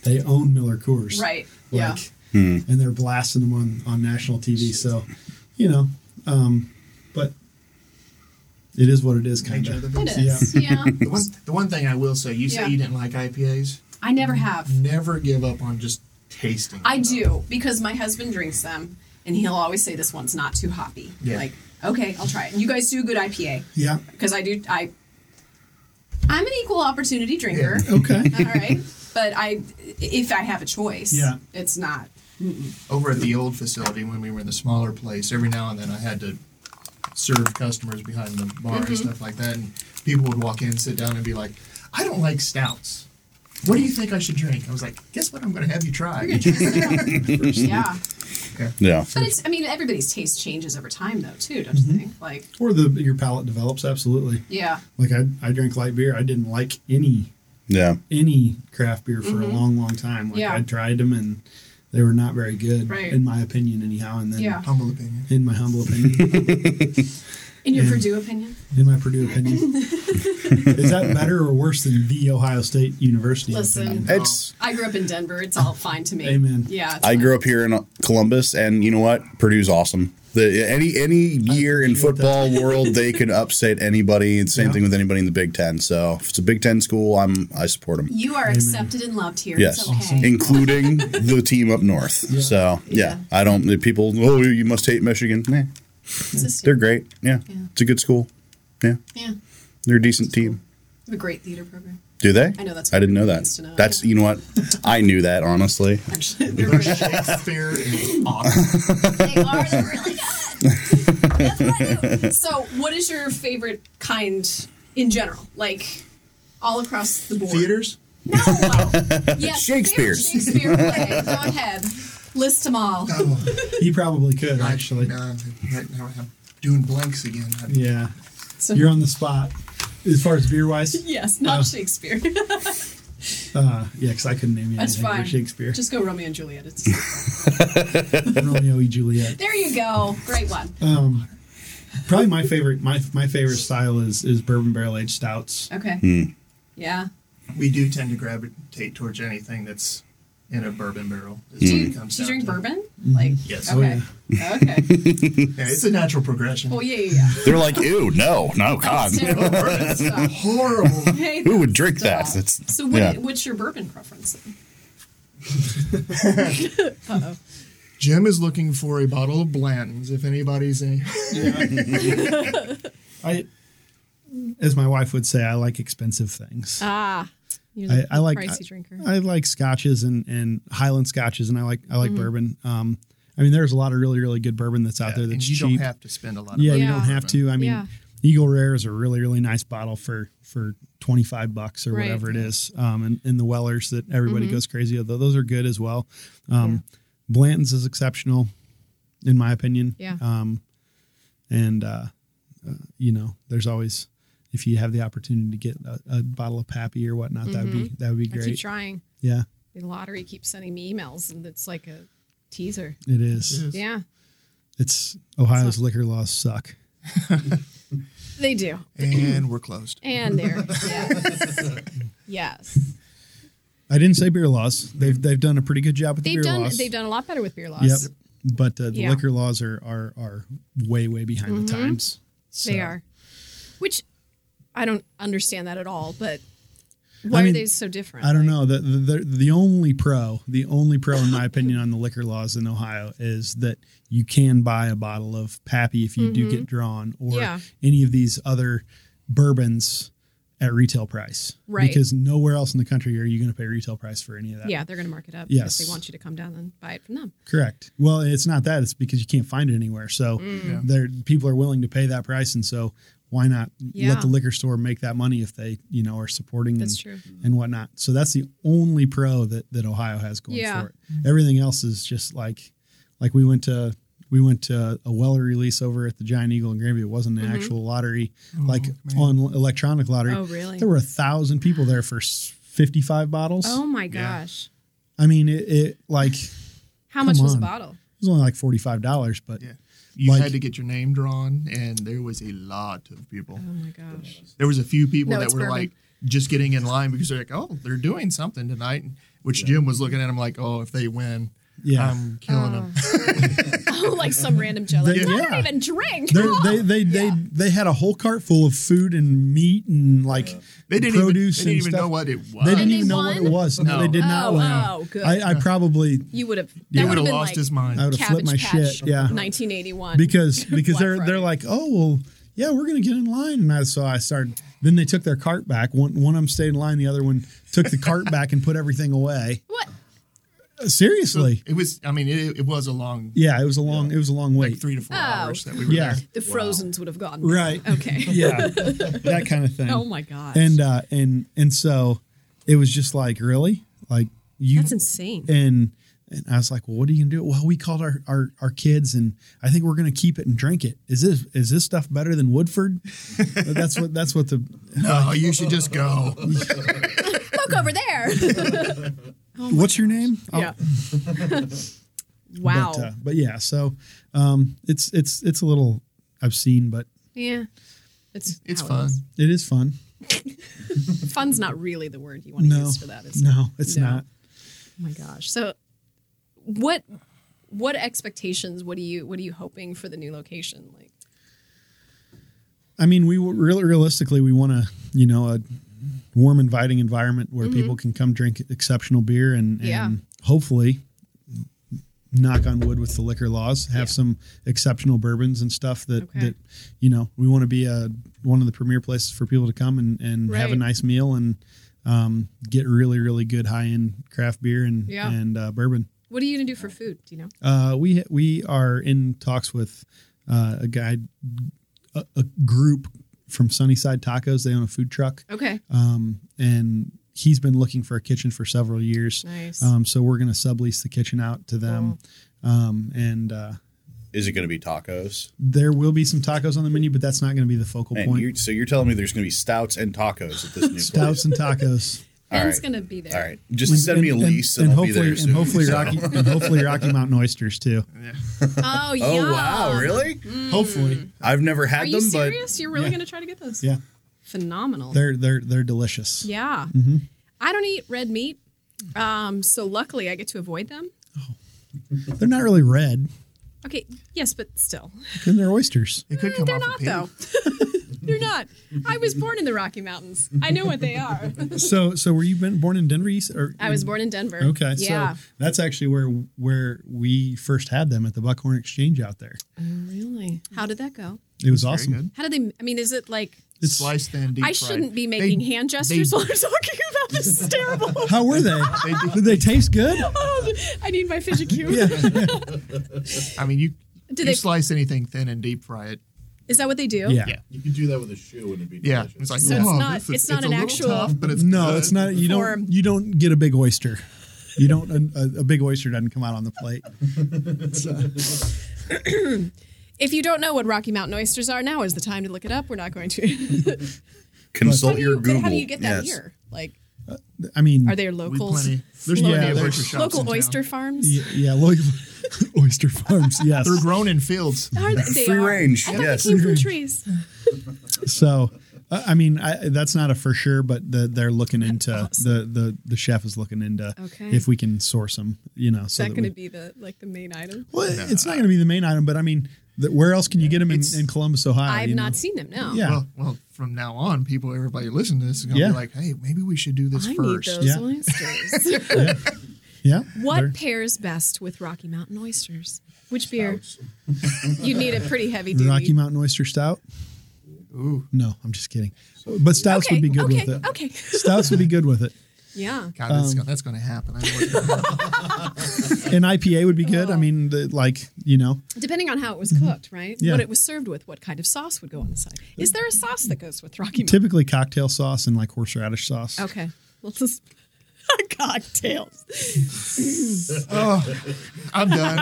S4: they own Miller Coors,
S1: Right. Yeah.
S4: Like, and they're blasting them on on national TV. So, you know, um, but it is what it is, kind
S2: Nature of
S4: of.
S2: the
S1: It
S2: beast.
S1: is. Yeah.
S2: The one, the one thing I will say, you
S1: Yeah.
S2: say you didn't like IPAs.
S1: I never have.
S2: Never give up on just tasting.
S1: I
S2: them.
S1: do because my husband drinks them, and he'll always say this one's not too hoppy.
S2: Yeah.
S1: Like, okay, I'll try it. And you guys do a good IPA
S4: Yeah.
S1: because I do. I I'm an equal opportunity drinker.
S4: Okay.
S1: All right, but I if I have a choice,
S4: Yeah.
S1: it's not.
S2: Over at the old facility, when we were in the smaller place, every now and then I had to serve customers behind the bar
S1: Mm-hmm.
S2: and stuff like that. And people would walk in, sit down, and be like, I don't like stouts. What do you think I should drink? I was like, guess what? I'm going to have you try.
S1: yeah,
S3: Yeah.
S1: but it's. I mean, everybody's taste changes over time, though, too. Don't
S4: Mm-hmm.
S1: you think? Like,
S4: Or the your palate develops absolutely.
S1: yeah,
S4: Like I I drank light beer. I didn't like any
S3: Yeah.
S4: any craft beer for a long, long time.
S1: Mm-hmm.
S4: Like
S1: Yeah.
S4: I tried them and they were not very good,
S1: Right.
S4: in my opinion, anyhow. And then,
S1: Yeah.
S2: Humble opinion.
S4: in my humble opinion,
S1: in your Purdue opinion,
S4: in my Purdue opinion, is that better or worse than the Ohio State University?
S1: Listen.
S4: opinion?
S3: It's
S1: I grew up in Denver. It's all fine to me.
S4: Amen.
S1: Yeah, it's
S3: I
S1: fine.
S3: grew up here in Columbus, and you know what? Purdue's awesome. The any any year in football world, they could upset anybody. And same
S4: Yeah.
S3: thing with anybody in the Big Ten. So if it's a Big Ten school, I'm I support them,
S1: You are accepted and loved here.
S3: Yes.
S1: It's okay.
S3: including the team up north. So yeah, I don't. The people, oh, you must hate Michigan. Nah,
S1: It's just-
S3: they're great. Yeah. it's a good school. Yeah,
S1: Yeah. We
S3: they're a decent team.
S1: have a great theater program.
S3: Do they?
S1: I know, that's
S3: I didn't
S1: what everyone
S3: know that.
S1: needs to know.
S3: That's you know what? I knew that honestly.
S1: Actually, they're really good.
S2: Shakespeare is awesome.
S1: They are. They're really good. That's what I do. So, what is your favorite kind in general? Like, all across the board?
S2: Theaters?
S1: No. yes,
S3: Shakespeare's.
S1: favorite Shakespeare play. Go ahead. List them all.
S2: Oh,
S4: He probably could actually.
S2: no, right now I'm doing blanks again.
S4: Yeah,
S1: So-
S4: you're on the spot as far as beer wise.
S1: Yes, not Shakespeare.
S4: Uh, yeah, because I couldn't name you
S1: That's
S4: anything for
S1: fine.
S4: Shakespeare,
S1: Just go Romeo and Juliet. It's,
S4: Romeo and Juliet.
S1: there you go. Great one.
S4: Probably my favorite. My my favorite style is is bourbon barrel aged stouts.
S1: Okay. Yeah.
S2: We do tend to gravitate towards anything that's in a bourbon barrel. is
S4: Hmm.
S2: what it
S1: Do you,
S2: comes
S1: do you
S2: down
S1: drink
S2: to.
S1: bourbon? Like,
S2: Yes.
S1: okay. Okay.
S2: Yeah, it's a natural progression.
S1: Well, yeah, yeah,
S3: They're like, ew, no, Ah, no, God,
S1: yeah. Terrible stuff.
S2: Horrible.
S1: Hey,
S3: who would drink that?
S1: Stop.
S3: That's
S1: So, what,
S3: yeah.
S1: what's your bourbon preference? Then?
S2: Jim is looking for a bottle of Blanton's. If anybody's in,
S4: I, as my wife would say, I like expensive things.
S6: Ah, you're
S4: I,
S6: the
S4: I like
S6: pricey
S4: I-
S6: drinker.
S4: I, like scotches and, and Highland scotches, and I like I like
S6: Mm-hmm.
S4: bourbon. Um, I mean, there's a lot of really really good bourbon that's out there
S2: and
S4: that's
S2: you
S4: cheap.
S2: don't have to spend a lot of
S4: yeah,
S2: money.
S4: you
S6: Yeah.
S4: don't have to. I mean,
S6: Yeah.
S4: Eagle Rare is a really really nice bottle for for twenty five bucks or
S6: Right. Mm-hmm.
S4: whatever it is. Um, and, and the Wellers that everybody goes crazy. Although those are good as well. Um, Blanton's is exceptional, in my opinion.
S6: Yeah.
S4: Um, and uh, uh, you know, there's always. If you have the opportunity to get a, a bottle of Pappy or whatnot, that would be that would be
S6: Mm-hmm. I keep
S4: great.
S6: trying.
S4: Yeah,
S6: The lottery keeps sending me emails, and it's like a teaser.
S4: it is.
S6: Yeah,
S4: It's Ohio's liquor laws suck.
S6: they do,
S2: And we're closed.
S6: and they're yes.
S4: I didn't say beer laws. They've they've done a pretty good job with the
S6: They've
S4: beer
S6: done
S4: laws.
S6: they've done a lot better with beer
S4: Yep.
S6: laws.
S4: But uh, the
S6: Yeah. Mm-hmm.
S4: liquor laws are are are way way behind the times.
S6: They
S4: So,
S6: are, which I don't understand that at all. But why
S4: mean,
S6: are they so different?
S4: I don't know. The, the the the only pro, the only pro in my opinion on the liquor laws in Ohio is that you can buy a bottle of Pappy if you do get drawn or
S6: Mm-hmm. Yeah.
S4: any of these other bourbons at retail price.
S6: Right.
S4: Because nowhere else in the country are you going to pay retail price for any of that.
S6: Yeah, they're going to mark it up
S4: Yes.
S6: because they want you to come down and buy it from them.
S4: Correct. Well, it's not that. It's because you can't find it anywhere. So
S6: Mm.
S4: there, people are willing to pay that price, and so why not
S6: Yeah.
S4: let the liquor store make that money if they, you know, are supporting
S6: That's
S4: and,
S6: true.
S4: and whatnot. So that's the only pro that that Ohio has going
S6: Yeah.
S4: for it. Everything else is just like, like we went to we went to a Weller release over at the Giant Eagle in Granby. It wasn't
S6: Mm-hmm.
S4: an actual lottery, like
S2: Oh, man.
S4: on electronic lottery.
S1: Oh, really?
S4: There were a thousand people there for s- fifty-five bottles.
S1: Oh my gosh.
S4: I mean, it, it like it
S1: How much was a
S4: on.
S1: bottle?
S4: was only like forty-five dollars, but
S2: Yeah. You
S4: Like-
S2: had to get your name drawn, and there was a lot of people.
S1: Oh my gosh.
S2: There was a few people
S1: No,
S2: that
S1: it's
S2: were
S1: bourbon.
S2: like just getting in line because they're like, oh, they're doing something tonight. Which Jim was looking at him like, oh, if they win,
S4: Yeah.
S2: I'm killing them.
S7: Oh, like some random jelly.
S4: They-
S7: I don't
S4: yeah.
S7: even drink.
S4: They're- they they they they had a whole cart full of food and meat and like
S2: They didn't even, they
S4: produce
S2: didn't
S4: and
S2: even
S4: stuff.
S2: know what it was.
S4: They didn't
S7: And
S4: even
S7: they
S4: know what it
S7: won?
S4: was. No,
S2: No.
S4: they did not
S7: Oh,
S4: win.
S7: oh, good.
S4: I, I probably
S7: you would have. that
S2: He would
S7: would've
S2: have
S7: been
S2: lost
S7: like
S2: his
S4: I
S2: mind.
S4: would have flipped my
S7: Cabbage Patch,
S4: shit. Yeah,
S7: 1981.
S4: because because
S7: Black
S4: they're they're
S7: Friday.
S4: like, oh well, yeah, we're gonna get in line, and I, so I started. Then they took their cart back. One one of them stayed in line. The other one took the cart back and put everything away.
S7: what?
S4: Uh, Seriously,
S2: It was. I mean, it, it was a long
S4: yeah, it was a long it was a long wait.
S2: three to four
S7: Oh.
S2: hours that we were
S4: yeah,
S7: The Frozen's would have gone.
S4: right.
S7: Okay.
S4: Yeah, that kind of thing.
S1: Oh my gosh.
S4: And uh, and and so it was just like really like you
S1: That's insane.
S4: and and I was like, well, what are you gonna do? Well, we called our, our, our kids, and I think we're gonna keep it and drink it. Is this is this stuff better than Woodford? that's what that's what the
S2: there. No, you should just go.
S7: Look over there.
S4: what's your name? Oh,
S1: yeah. wow.
S4: But, uh, but yeah, so um, it's it's it's a little obscene, but
S1: yeah. It's
S2: It's
S1: how it
S2: fun.
S1: is.
S4: it is fun.
S1: Fun's not really the word you want to
S4: No,
S1: use for that. Is it?
S4: no, it's
S1: No.
S4: not.
S1: Oh my gosh.
S7: So, what what expectations? What do you what are you hoping for the new location? Like,
S4: I mean, we w- really realistically we want to you know a warm, inviting environment where people can come drink exceptional beer and, and
S1: Mm-hmm. Yeah.
S4: hopefully knock on wood with the liquor laws have some exceptional bourbons and stuff that
S1: Okay.
S4: that you know we want to be a, one of the premier places for people to come and and have a
S1: Right.
S4: nice meal and um, get really really good high end craft beer and
S1: Yeah.
S4: and uh, bourbon
S1: What are you gonna do for food? Do you know?
S4: uh, we we are in talks with uh, a guy, a, a group from Sunnyside Tacos. They own a food truck,
S1: Okay.
S4: um, and he's been looking for a kitchen for several years.
S1: Nice.
S4: Um, so we're going to sublease the kitchen out to them, um, and uh,
S8: Is it going to be tacos?
S4: there will be some tacos on the menu, but that's not going to be the focal
S8: Man,
S4: point.
S8: you're, so you're telling me there's going to be stouts and tacos at this new place?
S4: Stouts and tacos.
S8: All
S7: Ben's
S8: right.
S7: gonna be there.
S8: All right, just send me a
S4: And- and-
S8: lease and,
S4: and,
S8: I'll
S4: hopefully,
S8: be there soon.
S4: and hopefully
S8: So-
S4: Rocky, and hopefully Rocky Mountain oysters too.
S7: Oh, yeah.
S8: Oh wow, really?
S4: Hopefully,
S8: I've never
S1: Mm. Are
S8: had
S1: you
S8: them, but
S1: serious? You're really
S4: Yeah.
S1: gonna try to get those?
S4: yeah,
S1: Phenomenal.
S4: they're they're they're delicious.
S1: yeah.
S2: Mm-hmm.
S1: I don't eat red meat, um, so luckily I get to avoid them.
S4: They're not really red,
S1: Okay. Yes, but still,
S4: and they're oysters.
S2: It could come
S1: they're
S2: off a
S1: not
S2: pig.
S1: though. they're not. I was born in the Rocky Mountains. I know what they are.
S4: so so were you been born in Denver? you s- Or
S1: I was born in Denver.
S4: Okay,
S1: Yeah.
S4: so that's actually where where we first had them at the Buckhorn Exchange out there.
S1: really? How did that go?
S4: It was
S2: Very
S4: awesome.
S2: good.
S1: How did they? I mean, is it like?
S4: It's
S2: Sliced thin, deep
S1: I
S2: fried.
S1: shouldn't be
S2: They-
S1: making hand
S2: they-
S1: gestures while I'm talking about this. This is terrible.
S4: how were they?
S2: did-
S4: Did they taste good?
S1: I need my fidget cube.
S2: I mean, you
S1: Do
S2: you
S1: they-
S2: slice anything thin and deep fry it.
S1: Is that what they do?
S4: Yeah.
S2: Yeah.
S3: You could do that with a shoe and it'd be
S2: Yeah,
S3: delicious.
S2: it's like
S1: So it's
S2: "Whoa,
S1: not-
S2: this is-
S1: it's not
S2: a
S1: an
S2: little
S1: actual-
S2: tough, but it's
S4: No,
S2: good."
S4: it's not. e- You
S1: Or-
S4: don't. You don't get a big oyster. You don't. A, a big oyster doesn't come out on the plate.
S1: If you don't know what Rocky Mountain oysters are, now is the time to look it up. We're not going to.
S8: consult
S1: How do
S8: your
S1: you-
S8: Google.
S1: How do you get
S8: Yes.
S1: that here? Like,
S4: I mean,
S1: are there
S2: We
S1: locals?
S2: plenty. There's
S4: Yeah,
S2: plenty of
S4: there's
S2: butcher shops. in
S1: local
S2: town.
S1: oyster farms?
S4: Yeah, yeah local oyster farms. Yes.
S2: They're grown in fields.
S1: Are they, they
S8: Free
S1: are.
S8: range.
S1: I thought
S8: Yes.
S1: they came from trees.
S4: So, uh, I mean, I, that's not a for sure, but the, they're looking into the, the the chef is looking into
S1: Okay.
S4: if we can source them. You know,
S1: Is
S4: so
S1: that
S4: we-
S1: going to be the like the main item?
S4: Well, it's not going to be the main item, but I mean, the, where else can you get them in,
S2: It's-
S4: in Columbus, Ohio?
S1: I've
S4: Uh, you
S1: not
S4: know?
S1: seen them. No.
S4: Yeah.
S2: Well, well, from now on, people, everybody listening to this is gonna
S4: Yeah.
S2: be like, "Hey, maybe we should do this
S1: I
S2: first.
S1: need those
S4: Yeah.
S1: oysters.
S4: yeah.
S1: what
S4: They're-
S1: pairs best with Rocky Mountain oysters? Which beer? You need a pretty heavy duty.
S4: Rocky Mountain Oyster Stout?
S2: Ooh,
S4: No, I'm just kidding. But stouts
S1: okay,
S4: would be good
S1: okay,
S4: with it.
S1: okay.
S4: Stouts would be good with it.
S1: Yeah.
S2: God, that's,
S4: Um,
S2: gonna, that's gonna happen. I know it's gonna happen.
S4: An IPA would be good.
S1: Oh.
S4: I mean, the, like you know,
S1: Depending on how it was cooked, right?
S4: Mm-hmm. Yeah.
S1: What it was served with, what kind of sauce would go on the side. Is there a sauce that goes with Rocky Mountain?
S4: typically cocktail sauce and like horseradish sauce.
S1: Okay. Well, this,
S9: cocktails.
S2: I'm done.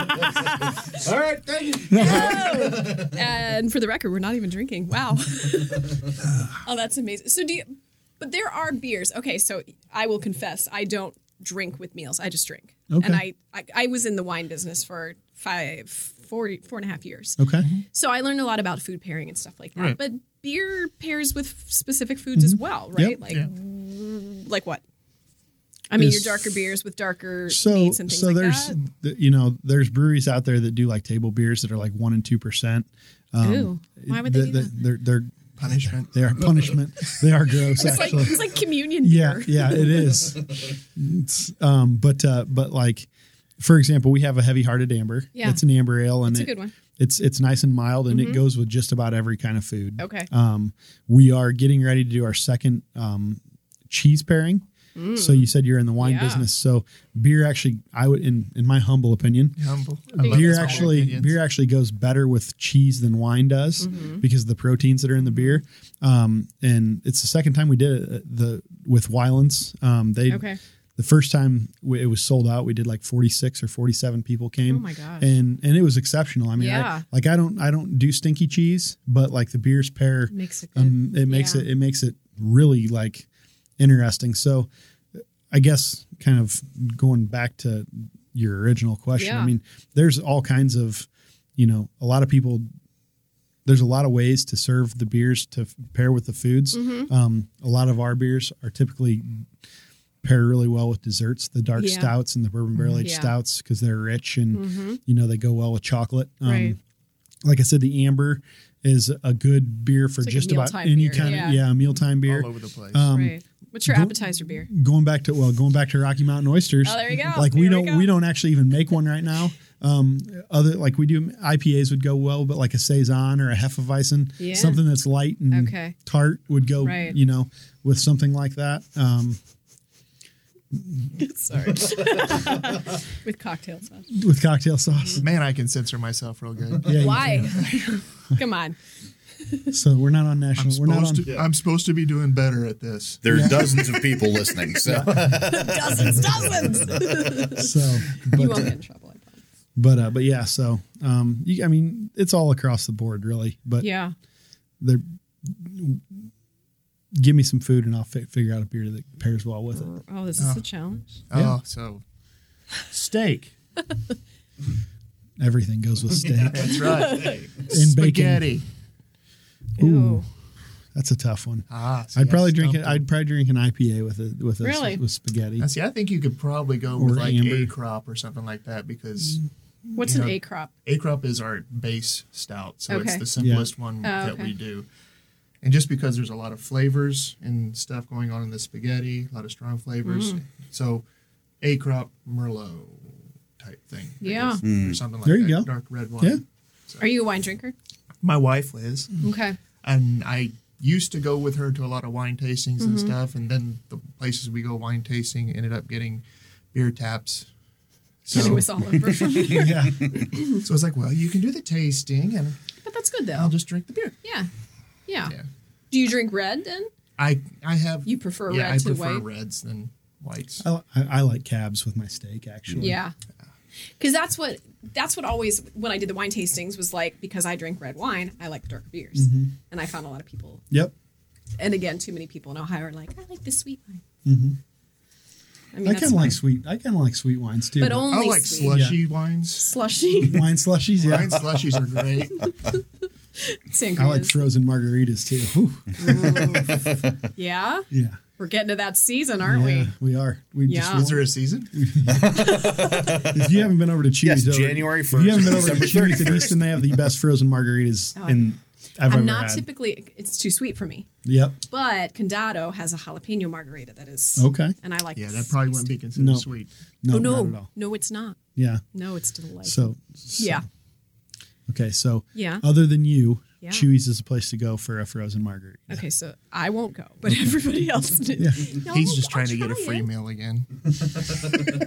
S3: All right, thank you.
S1: And for the record, we're not even drinking. Wow. oh, that's amazing. So do you, but there are beers. Okay, so I will confess, I don't drink with meals. I just drink. And I,
S4: Okay.
S1: I, I was in the wine business for five, four, four and a half years.
S4: Okay.
S1: So I learned a lot about food pairing and stuff like that.
S2: Right.
S1: But beer pairs with specific foods as well, right?
S4: Mm-hmm. Yep.
S1: Like, like what? I mean, your
S4: Is-
S1: darker beers with darker
S4: So,
S1: meats and things
S4: so
S1: like
S4: there's,
S1: that.
S4: th- you know, there's breweries out there that do like table beers that are like one and two percent.
S1: Ooh, why would they do
S4: um, The- the-
S1: that?
S4: They're, they're
S2: Punishment.
S4: they are punishment. they are gross,
S1: It's like,
S4: actually.
S1: it's like communion
S4: yeah,
S1: beer.
S4: yeah, it is. It's, um, but uh, but like, for example, we have a heavy-hearted amber.
S1: Yeah.
S4: it's an amber ale, and
S1: It's a
S4: it-
S1: good one. Mm-hmm.
S4: It's it's nice and mild, and it goes with just about every kind of food.
S1: Okay.
S4: Um, we are getting ready to do our second um, cheese pairing. So you said you're in the wine
S1: Mm. Yeah.
S4: business. So beer actually, I would, in in my humble opinion,
S2: Humble. I love
S4: beer
S2: these humble
S4: actually
S2: opinions.
S4: beer actually goes better with cheese than wine does
S1: Mm-hmm.
S4: because of the proteins that are in the beer. Um, and it's the second time we did it uh, the with Wylands. Um, they
S1: Okay.
S4: the first time we, it was sold out. We did like forty six or forty seven people came.
S1: Oh my gosh.
S4: And and it was exceptional. I mean, I-
S1: Yeah.
S4: like I don't I don't do stinky cheese, but like the beers pair
S1: Makes it
S4: um, it makes
S1: Yeah.
S4: it it makes it really like interesting. So I guess kind of going back to your original question.
S1: Yeah.
S4: I mean, there's all kinds of, you know, a lot of people. There's a lot of ways to serve the beers to f- pair with the foods.
S1: Mm-hmm.
S4: Um, a lot of our beers are typically pair really well with desserts, the dark
S1: Yeah.
S4: stouts and the bourbon barrel aged
S1: Yeah. Mm-hmm.
S4: stouts because they're rich and you know they go well with chocolate. Um,
S1: Right.
S4: Like I said, the amber is a good beer for
S1: like a
S4: just about
S1: mealtime
S4: any
S1: beer.
S4: kind
S1: Yeah.
S4: of yeah mealtime beer.
S2: all over the place.
S4: um,
S1: right. What's your
S4: go-
S1: appetizer beer?
S4: Going back to well, going back to Rocky Mountain oysters.
S1: Oh, there you go.
S4: Like we
S1: Here we
S4: don't
S1: go.
S4: we, don't actually even make one right now. Um, other like we do IPAs would go well, but like a saison or a hefeweizen,
S1: Yeah.
S4: something that's light and
S1: Okay.
S4: tart would go.
S1: Right.
S4: You know, with something like that. Um,
S1: Sorry. with cocktail sauce.
S4: with cocktail sauce.
S2: Man, I can censor myself real good.
S4: Yeah, you
S1: Why? Come on.
S4: So we're not on national.
S2: I'm
S4: we're not on.
S2: supposed, to, I'm supposed to be doing better at this.
S8: There's dozens of people listening. So
S9: Dozens, dozens.
S4: So,
S1: You
S4: but
S1: won't get in trouble. I promise.
S4: but uh, but yeah. So um, you, I mean, it's all across the board, really. But
S1: Yeah.
S4: they're give me some food and I'll fi- figure out a beer that pairs well with it.
S1: Oh, this is a challenge.
S4: Yeah.
S2: Oh, so
S4: steak. Everything goes with steak and
S2: that's right.
S4: bacon.
S2: Spaghetti.
S1: Ooh.
S4: That's a tough one.
S2: Ah, see,
S4: I'd
S2: I
S4: probably drink it.
S2: stumped him.
S4: I'd probably drink an IPA with it with a,
S1: Really?
S4: with spaghetti.
S2: Now, see, I think you could probably go with
S4: Or
S2: like
S4: amber. Mm.
S2: a crop or something like that because
S1: What's an
S2: Yeah.
S1: A crop?
S2: a crop is our base stout, so it's
S1: Okay. Oh,
S2: the simplest one that
S1: okay.
S2: we do. And just because there's a lot of flavors and stuff going on in the spaghetti, a lot of strong flavors,
S1: Mm-hmm.
S2: so a crop merlot type thing, I
S1: Yeah.
S2: guess, or something like
S4: Mm. There you
S2: that,
S4: go.
S2: dark red wine.
S4: Yeah.
S1: Are you a wine drinker?
S2: My wife is,
S1: Okay.
S2: and I used to go with her to a lot of wine tastings and
S1: Mm-hmm.
S2: stuff, and then the places we go wine tasting ended up getting beer taps. So,
S1: it was
S2: so
S1: all over from there.
S4: yeah.
S2: I was like, well, you can do the tasting, and
S1: But that's good though.
S2: I'll just drink the beer.
S1: Yeah. Yeah.
S2: Yeah.
S1: Do you drink red then?
S2: I I have.
S1: You prefer
S2: yeah,
S1: red
S2: I
S1: to
S2: prefer
S1: white? Oh,
S2: reds than whites.
S4: I, I- I like cabs with my steak actually.
S1: Yeah. Cuz that's what that's what always when I did the wine tastings was like because I drink red wine, I like dark beers.
S4: Mm-hmm.
S1: And I found a lot of people
S4: Yep.
S1: and again, too many people in Ohio are like, I like the sweet wine. I mean,
S4: Mm-hmm. I
S1: that's
S4: kind of like sweet. I kind of like sweet wines too.
S1: but
S4: but-
S1: only
S2: I like
S1: sweet.
S2: slushy wines.
S1: slushy.
S4: wine slushies. Yeah.
S2: Wine slushies are great.
S4: I like frozen margaritas too. Whew.
S1: yeah,
S4: Yeah.
S1: we're getting to that season, aren't
S4: Yeah,
S1: we?
S4: we are. We
S1: Yeah.
S2: Is there a season?
S4: if you haven't been over to Chewy's,
S8: yes,
S4: over-
S8: January
S4: If
S8: first.
S4: you haven't been over to
S8: December
S4: Chewy's at
S8: 31st.
S4: Easton, they have the best frozen margaritas in I've ever
S1: Oh, I'm not
S4: had.
S1: typically. It's too sweet for me.
S4: Yep.
S1: But Condado has a jalapeno margarita that is
S4: Okay.
S1: and I like.
S2: Yeah,
S1: the
S2: that probably wouldn't be considered
S4: No.
S2: sweet.
S4: No,
S1: Oh no,
S4: not at all.
S1: no, it's not.
S4: Yeah.
S1: No, it's delightful.
S4: So, so-
S1: yeah,
S4: Okay. So
S1: Yeah.
S4: Other than you,
S1: Yeah.
S4: Chewy's is a place to go for a frozen margarita.
S1: okay. So I won't go, but everybody else. Did. No,
S2: He's just
S1: I'll
S2: trying to get a
S1: try
S2: free
S1: it.
S2: meal again.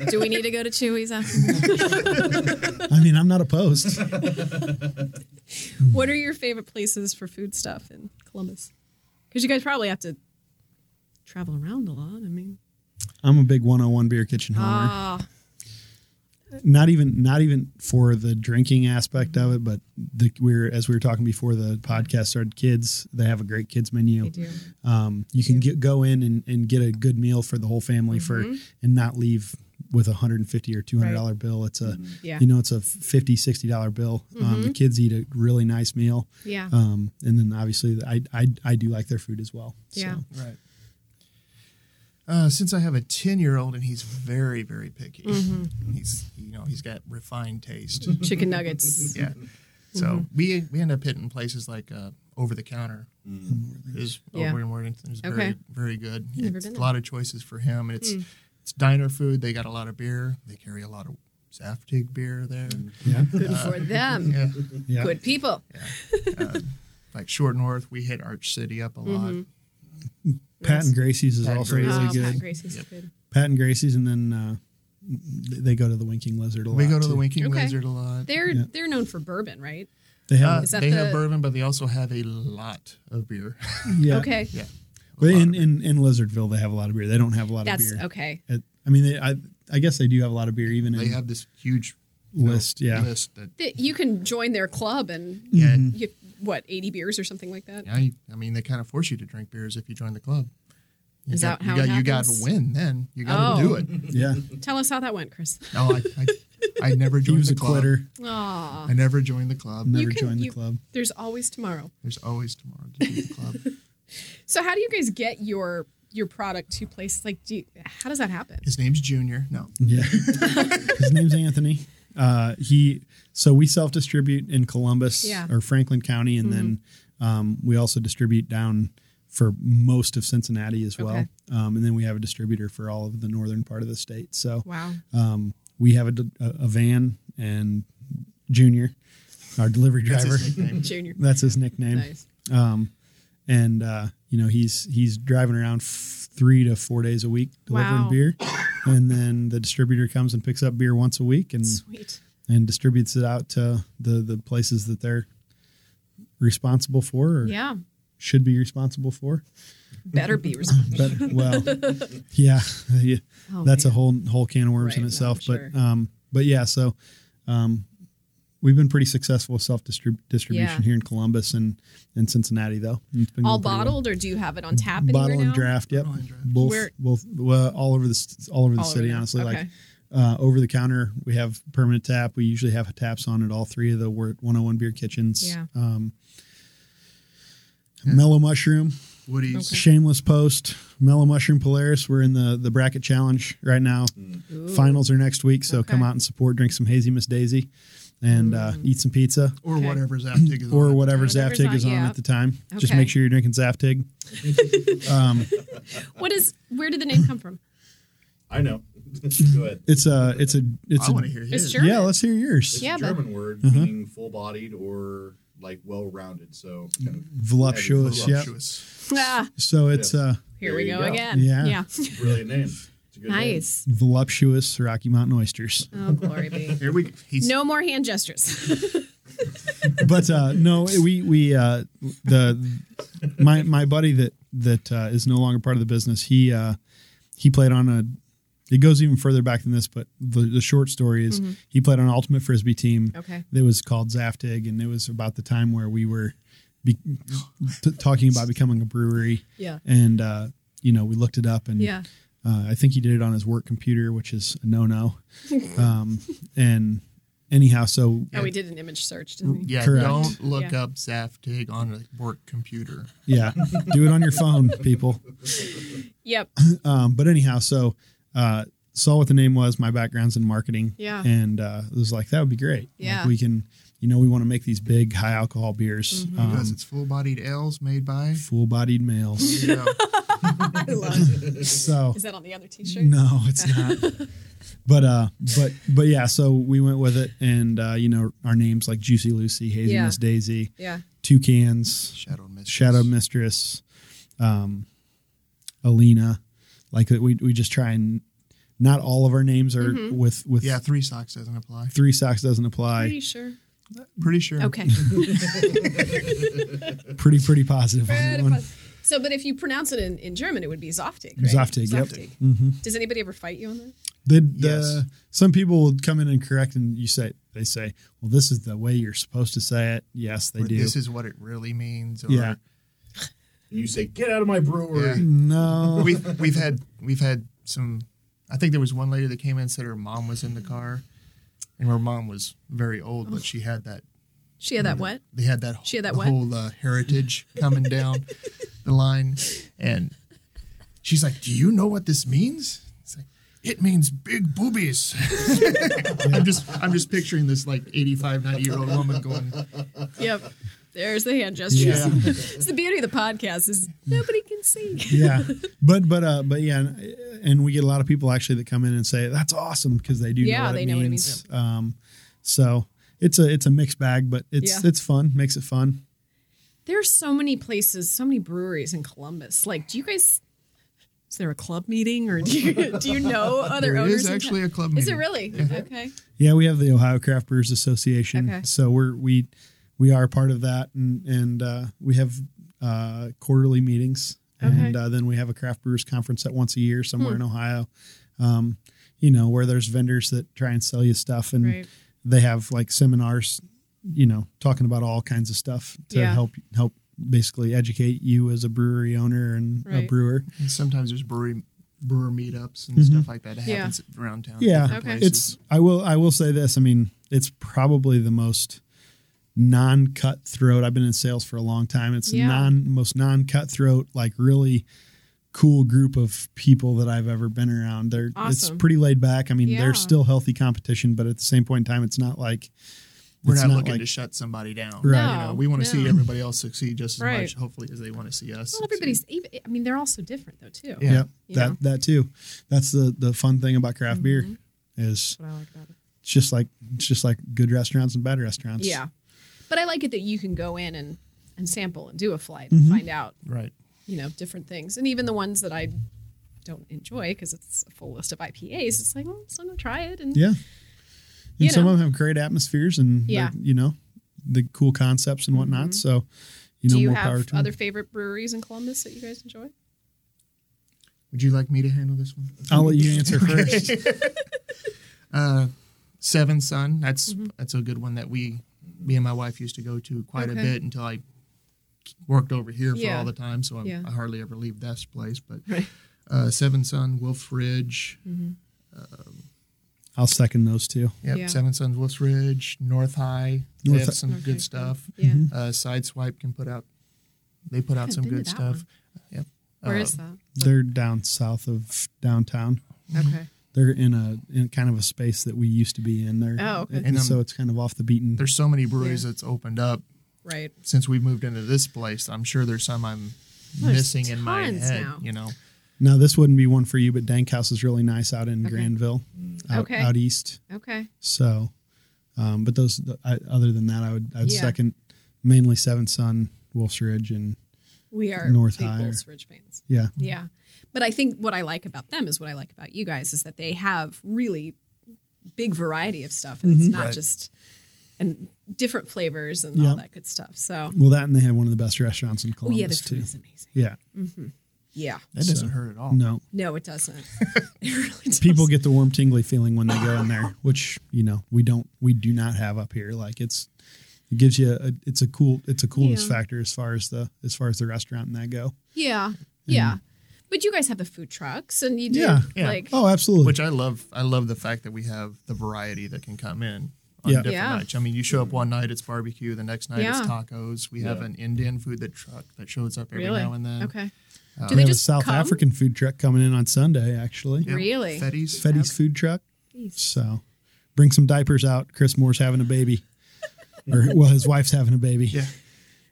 S1: Do we need to go to Chewy's after? this?
S4: I mean, I'm not opposed.
S1: what are your favorite places for food stuff in Columbus? Because you guys probably have to travel around a lot. I mean,
S4: I'm a big 101 beer kitchen homer.
S1: Ah,
S4: not even not even for the drinking aspect of it, but the, we were as we were talking before the podcast started. Kids, they have a great kids menu.
S1: they do.
S4: Um, you can get, go in and, and get a good meal for the whole family
S1: Mm-hmm.
S4: for and not leave with a 150 or 200 dollar bill it's a
S1: Mm-hmm. Yeah. Mm-hmm.
S4: you know it's a 50 60 dollar bill um, the kids eat a really nice meal
S1: Yeah.
S4: um, and then obviously I, I i do like their food as well
S1: Yeah.
S4: so,
S2: Right. Uh, since I have a ten-year-old and he's very, very picky,
S1: Mm-hmm.
S2: he's you know he's got refined taste.
S1: Chicken nuggets.
S2: yeah. So
S1: Mm-hmm.
S2: we we end up hitting places like uh, over the counter. Is
S1: Yeah.
S2: over in Worthington is very
S1: Okay.
S2: very good.
S1: Never
S2: it's
S1: been
S2: a
S1: there. Mm.
S2: lot of choices for him. It's it's diner food. They got a lot of beer. They carry a lot of Saftig beer there.
S4: yeah
S1: Good for them.
S2: Yeah.
S4: yeah
S1: Good people.
S2: Like Short North, we hit Arch City up a lot.
S1: Mm-hmm.
S4: pat and gracie's is
S2: Pat and
S4: also
S2: Gracie's.
S4: really
S1: Oh,
S4: good
S1: Pat Gracie's good.
S4: Pat and Gracie's, and then uh, they go to the Winking Lizard a lot.
S2: We go to
S4: too.
S2: the Winking
S1: Okay.
S2: Lizard a lot.
S1: They're they're known for bourbon, right?
S4: They
S2: Uh,
S4: have,
S1: Is that
S2: they
S1: the-
S2: have bourbon, but they also have a lot of beer.
S4: yeah.
S1: Okay.
S2: yeah,
S4: But
S2: A lot
S4: in,
S2: of beer.
S4: in, in Lizardville, they have a lot of beer. They don't have a lot
S1: That's
S4: of beer.
S1: okay.
S4: It- I mean, they, I I guess they do have a lot of beer, even
S2: they
S4: in
S2: have this huge you know,
S4: Mm-hmm. list. yeah, Mm-hmm.
S2: list that
S1: Th- You can join their club and
S2: yeah.
S1: you, what eighty beers or something like that.
S2: I, I mean, they kind of force you to drink beers if you join the club. You
S1: Is
S2: got,
S1: that how
S2: you
S1: it
S2: got, you got
S1: happens?
S2: to win? Then you got to
S1: Oh.
S2: do it.
S4: yeah.
S1: Tell us how that went, Chris.
S2: No, I, I, I never
S4: He
S2: joined
S4: was
S2: the
S4: a
S2: club.
S4: quitter.
S1: Aw.
S2: I never joined the club.
S4: Never
S1: can-
S4: joined the
S1: you-
S4: club.
S1: There's always tomorrow.
S2: There's always tomorrow to do the club.
S1: So how do you guys get your your product to places like do you, how does that happen?
S2: His name's Junior. No,
S4: Yeah. His name's Anthony. Uh, he so we self distribute in Columbus
S1: Yeah. Mm-hmm.
S4: or Franklin County, and then um, we also distribute down for most of Cincinnati as well.
S1: Okay.
S4: Um, and then we have a distributor for all of the northern part of the state. So
S1: Wow.
S4: um, we have a, d- a- a van and Junior, our delivery
S2: that's
S4: driver.
S2: his nickname.
S1: Junior.
S4: That's his nickname.
S1: Nice.
S4: And uh, you know he's he's driving around f- three to four days a week delivering
S1: Wow.
S4: beer, and then the distributor comes and picks up beer once a week and
S1: Sweet.
S4: and distributes it out to the the places that they're responsible for or
S1: Yeah.
S4: should be responsible for.
S1: Better be responsible.
S4: But well, yeah, yeah.
S1: Oh,
S4: that's
S1: man.
S4: a whole whole can of worms
S1: Right,
S4: in
S1: no,
S4: itself.
S1: sure.
S4: But um, but yeah, so um, we've been pretty successful with self distribution
S1: Yeah.
S4: here in Columbus and and Cincinnati though. It's been
S1: All
S4: going pretty well.
S1: bottled or do you have it on tap anywhere
S4: bottle
S1: now?
S4: and draft. Yep,
S2: Bottle and draft.
S4: both
S1: Where-
S4: both well, all over the s- all over the
S1: All over
S4: city.
S1: now.
S4: honestly, like
S1: Okay.
S4: uh, over the counter, we have permanent tap. We usually have taps on at all three of the wor- 101 beer kitchens.
S1: Yeah.
S4: Um, Mellow mushroom,
S2: Woody's.
S4: shameless post, mellow mushroom Polaris. We're in the the bracket challenge right now. Finals are next week,
S1: Mm.
S4: so come
S1: Okay. Mm.
S4: out and support. Drink some hazy Miss Daisy, and uh, eat some pizza
S2: Or
S1: Okay.
S2: whatever's Zaptig is on.
S4: or whatever
S1: Whatever's
S4: Zaptig
S1: on-
S4: is on
S1: yeah.
S4: at the time. Just
S1: Okay.
S4: make sure you're drinking Zaptig.
S1: What is where did the name come from?
S3: I know. Go ahead.
S4: It's a it's a it's
S2: I
S4: a
S2: want to hear
S1: It's
S2: his.
S1: German.
S4: yeah. Let's hear yours.
S3: It's
S1: Yeah,
S3: a
S1: but-
S3: German word
S2: Mm-hmm.
S3: meaning full-bodied or like well-rounded. So kind of
S4: Voluptuous. Yeah.
S2: Voluptuous.
S1: Ah,
S4: So it's
S3: Yeah.
S4: uh
S1: here
S3: There
S1: we
S3: you
S1: go,
S3: go.
S1: again.
S4: Yeah.
S3: brilliant name. It's a good name.
S1: Nice.
S4: voluptuous Rocky Mountain oysters.
S1: Oh, glory be.
S2: Here we go. He's
S1: No more hand gestures.
S4: But uh no, we we uh the my my buddy that that uh, is no longer part of the business. He uh he played on a it goes even further back than this, but the, the short story is
S1: Mm-hmm.
S4: he played on an ultimate frisbee team
S1: Okay.
S4: that was called Zaftig, and it was about the time where we were be, t- talking about becoming a brewery.
S1: Yeah.
S4: and uh, you know we looked it up, and
S1: Yeah.
S4: Uh, I think he did it on his work computer, which is a no-no. Um, and anyhow, so
S1: Oh, we did an image search, didn't we?
S2: yeah.
S4: Correct.
S2: Don't look
S1: Yeah.
S2: up Zaptig on a work computer.
S4: yeah, do it on your phone, people.
S1: Yep.
S4: Um, but anyhow, so uh, saw what the name was. My background's in marketing,
S1: Yeah.
S4: and uh, it was like that would be great. Like,
S1: Yeah.
S4: we can, you know, we want to make these big high alcohol beers,
S1: Mm-hmm.
S2: Because
S4: um,
S2: it's full-bodied ales made by.
S4: full-bodied males.
S2: You know,
S1: I love it.
S4: so
S1: Is that on the other t shirt?
S4: No, it's not. but uh, but but yeah. So we went with it, and uh, you know our names like Juicy Lucy, Hazy
S1: Yeah.
S4: Miss Daisy,
S1: Yeah.
S4: Two Cans,
S2: Shadow Mist.
S4: Shadow Mistress, um, Alina. Like we we just try and not all of our names are with with
S2: Yeah, three socks doesn't apply.
S4: three socks doesn't
S1: Pretty
S4: apply.
S1: sure.
S2: Pretty sure.
S1: Okay.
S4: Pretty pretty positive on that one.
S1: So, but if you pronounce it in, in German, it would be Zoftig. Right?
S4: Zoftig, yep.
S1: Does anybody ever fight you on that?
S4: The, the uh, some people would come in and correct, and you say they say, "Well, this is the way you're supposed to say it." Yes, they
S2: Or
S4: do.
S2: This is what it really means. Or,
S4: yeah,
S3: And you say, "Get out of my brewery."
S2: Yeah.
S4: no,
S2: we've we've had we've had some. I think there was one lady that came in and said her mom was in the car, and her mom was very old, but she had that
S1: She had that what?
S2: they had that
S1: She had that
S2: the
S1: what?
S2: whole uh, heritage coming down the line, and she's like, "Do you know what this means?" It's like. It means big boobies. I'm just I'm just picturing this like 85, 90 year old woman going,
S1: Yep. There's the hand gestures.
S4: Yeah.
S1: it's the beauty of the podcast is nobody can see.
S4: yeah, but but uh, but yeah, and, and we get a lot of people actually that come in and say that's awesome because they do.
S1: Yeah,
S4: know what
S1: they
S4: it
S1: know what it
S4: means. Um, so it's a it's a mixed bag, but it's
S1: Yeah.
S4: it's fun. Makes it fun.
S1: There are so many places, so many breweries in Columbus. Like, do you guys? Is there a club meeting, or do you, do you know other
S2: There
S1: owners?
S2: is
S1: in
S2: actually
S1: town?
S2: a club
S1: Is it
S2: meeting.
S1: really? Okay.
S4: Yeah, we have the Ohio Craft Brewers Association,
S1: Okay.
S4: so we're we we are part of that, and and uh, we have uh, quarterly meetings, and uh, then we have a craft brewers conference at once a year somewhere
S1: Hmm.
S4: in Ohio. Um, you know where there's vendors that try and sell you stuff, and
S1: Right.
S4: they have like seminars, you know, talking about all kinds of stuff to
S1: Yeah.
S4: help help basically educate you as a brewery owner and a
S1: Right.
S4: brewer.
S2: and sometimes there's brewery brewer meetups and stuff like that. It
S1: Yeah.
S2: happens around town.
S4: Mm-hmm. Yeah,
S2: different
S1: Okay.
S2: places.
S4: it's. I will. I will say this. I mean, it's probably the most non-cutthroat. I've been in sales for a long time. It's the
S1: Yeah.
S4: non most non-cutthroat, like really cool group of people that I've ever been around. They're it's
S1: Awesome.
S4: pretty laid back. I mean,
S1: Yeah.
S4: there's still healthy competition, but at the same point in time, it's not like
S2: we're
S4: it's
S2: not, looking
S4: like-
S2: to shut somebody down.
S4: Right.
S2: You know, we want to
S1: No,
S2: see
S1: no.
S2: everybody else succeed just as
S1: Right.
S2: much, hopefully, as they want to see us.
S1: Well, everybody's. even- I mean, they're all so different, though, too.
S2: Yeah.
S4: Yep.
S1: You
S4: That
S1: know?
S4: that too. That's the the fun thing about craft beer
S1: Mm-hmm.
S4: is
S1: That's what I like about it.
S4: it's just like it's just like good restaurants and bad restaurants.
S1: Yeah. But I like it that you can go in and, and sample and do a flight
S4: Mm-hmm.
S1: and find out,
S2: right.
S1: you know, different things. And even the ones that I don't enjoy because it's a full list of IPAs, it's like, well, so I'm going to try it. And
S4: Yeah. And
S1: You
S4: some
S1: know.
S4: of them have great atmospheres and,
S1: Yeah. Mm-hmm.
S4: the- you know, the cool concepts and whatnot. So, you know,
S1: do you
S4: more power
S1: have
S4: to 'em.
S1: other favorite breweries in Columbus that you guys enjoy?
S2: Would you like me to handle this one?
S4: I'll let you answer first.
S2: Uh, Seven Sun. That's
S1: Mm-hmm.
S2: that's a good one that we, me and my wife used to go to quite a
S1: Okay.
S2: bit until I worked over here for
S1: Yeah.
S2: all the time. So I'm,
S1: Yeah.
S2: I hardly ever leave this place. But
S1: Right.
S2: uh, Seven Sun, Wolf Ridge.
S1: Mm,
S4: I'll second those two.
S2: Yep.
S1: Yeah.
S2: Seven Suns, Wolf Ridge, North High. They
S4: North Hi-
S2: have some
S1: North High.
S2: good stuff.
S1: Yeah.
S2: Uh, Sideswipe can put out. They put out
S1: I've
S2: some
S1: been to
S2: good
S1: that
S2: stuff.
S1: one.
S2: Yep.
S1: Where is
S2: Uh,
S1: that?
S4: They're down south of downtown.
S1: Okay.
S4: They're in a in kind of a space that we used to be in. They're,
S1: Oh, okay.
S4: And
S2: And, um,
S4: so it's kind of off the beaten.
S2: There's so many breweries that's opened up
S1: Right.
S2: since we moved into this place, I'm sure there's some I'm
S1: there's
S2: missing in my
S1: tons
S2: head.
S1: now.
S2: You know,
S4: Now, this wouldn't be one for you, but Dankhouse is really nice out in
S1: Okay.
S4: Granville, out,
S1: Okay.
S4: out east.
S1: Okay.
S4: So, um, but those, I, other than that, I would, I would
S1: Yeah.
S4: second mainly Seven Sun, Wolf's Ridge, and
S1: We are
S4: North
S1: big
S4: High or-
S1: Wolf's Ridge fans.
S4: yeah.
S1: Yeah. But I think what I like about them is what I like about you guys is that they have really big variety of stuff and it's not just and different flavors and all
S4: Mm-hmm. Yeah.
S1: that good stuff. So
S4: Well, that and they had one of the best restaurants in
S1: Oh
S4: Columbus
S1: yeah, the
S4: too.
S1: food is amazing.
S4: Yeah,
S1: Yeah.
S2: that doesn't hurt at all.
S4: no,
S1: No, it doesn't. it really doesn't.
S4: people get the warm, tingly feeling when they go in there, which you know we don't, we do not have up here. Like it's, it gives you a, it's a cool, it's a coolness
S1: Yeah.
S4: factor as far as the as far as the restaurant and that go.
S1: Yeah. Yeah. But you guys have the food trucks and you do
S4: Mm-hmm. Yeah.
S2: Yeah.
S1: like
S4: Oh, absolutely.
S2: Which I love. I love the fact that we have the variety that can come in on
S4: Yeah.
S2: different
S1: Yeah.
S2: nights. I mean, you show up one night it's barbecue, the next night
S1: Yeah.
S2: it's tacos. We have
S3: Yeah.
S2: an Indian food that truck that shows up every
S1: really
S2: now and then.
S1: Okay. do
S4: Uh, we
S1: they
S4: have a
S1: just
S4: South
S1: come?
S4: African food truck coming in on Sunday. Actually,
S2: Yep.
S1: Really?
S2: Fetties.
S4: Fetty's food truck. So, bring some diapers out. Chris Moore's having a baby, or well, his wife's having a baby.
S2: Yeah.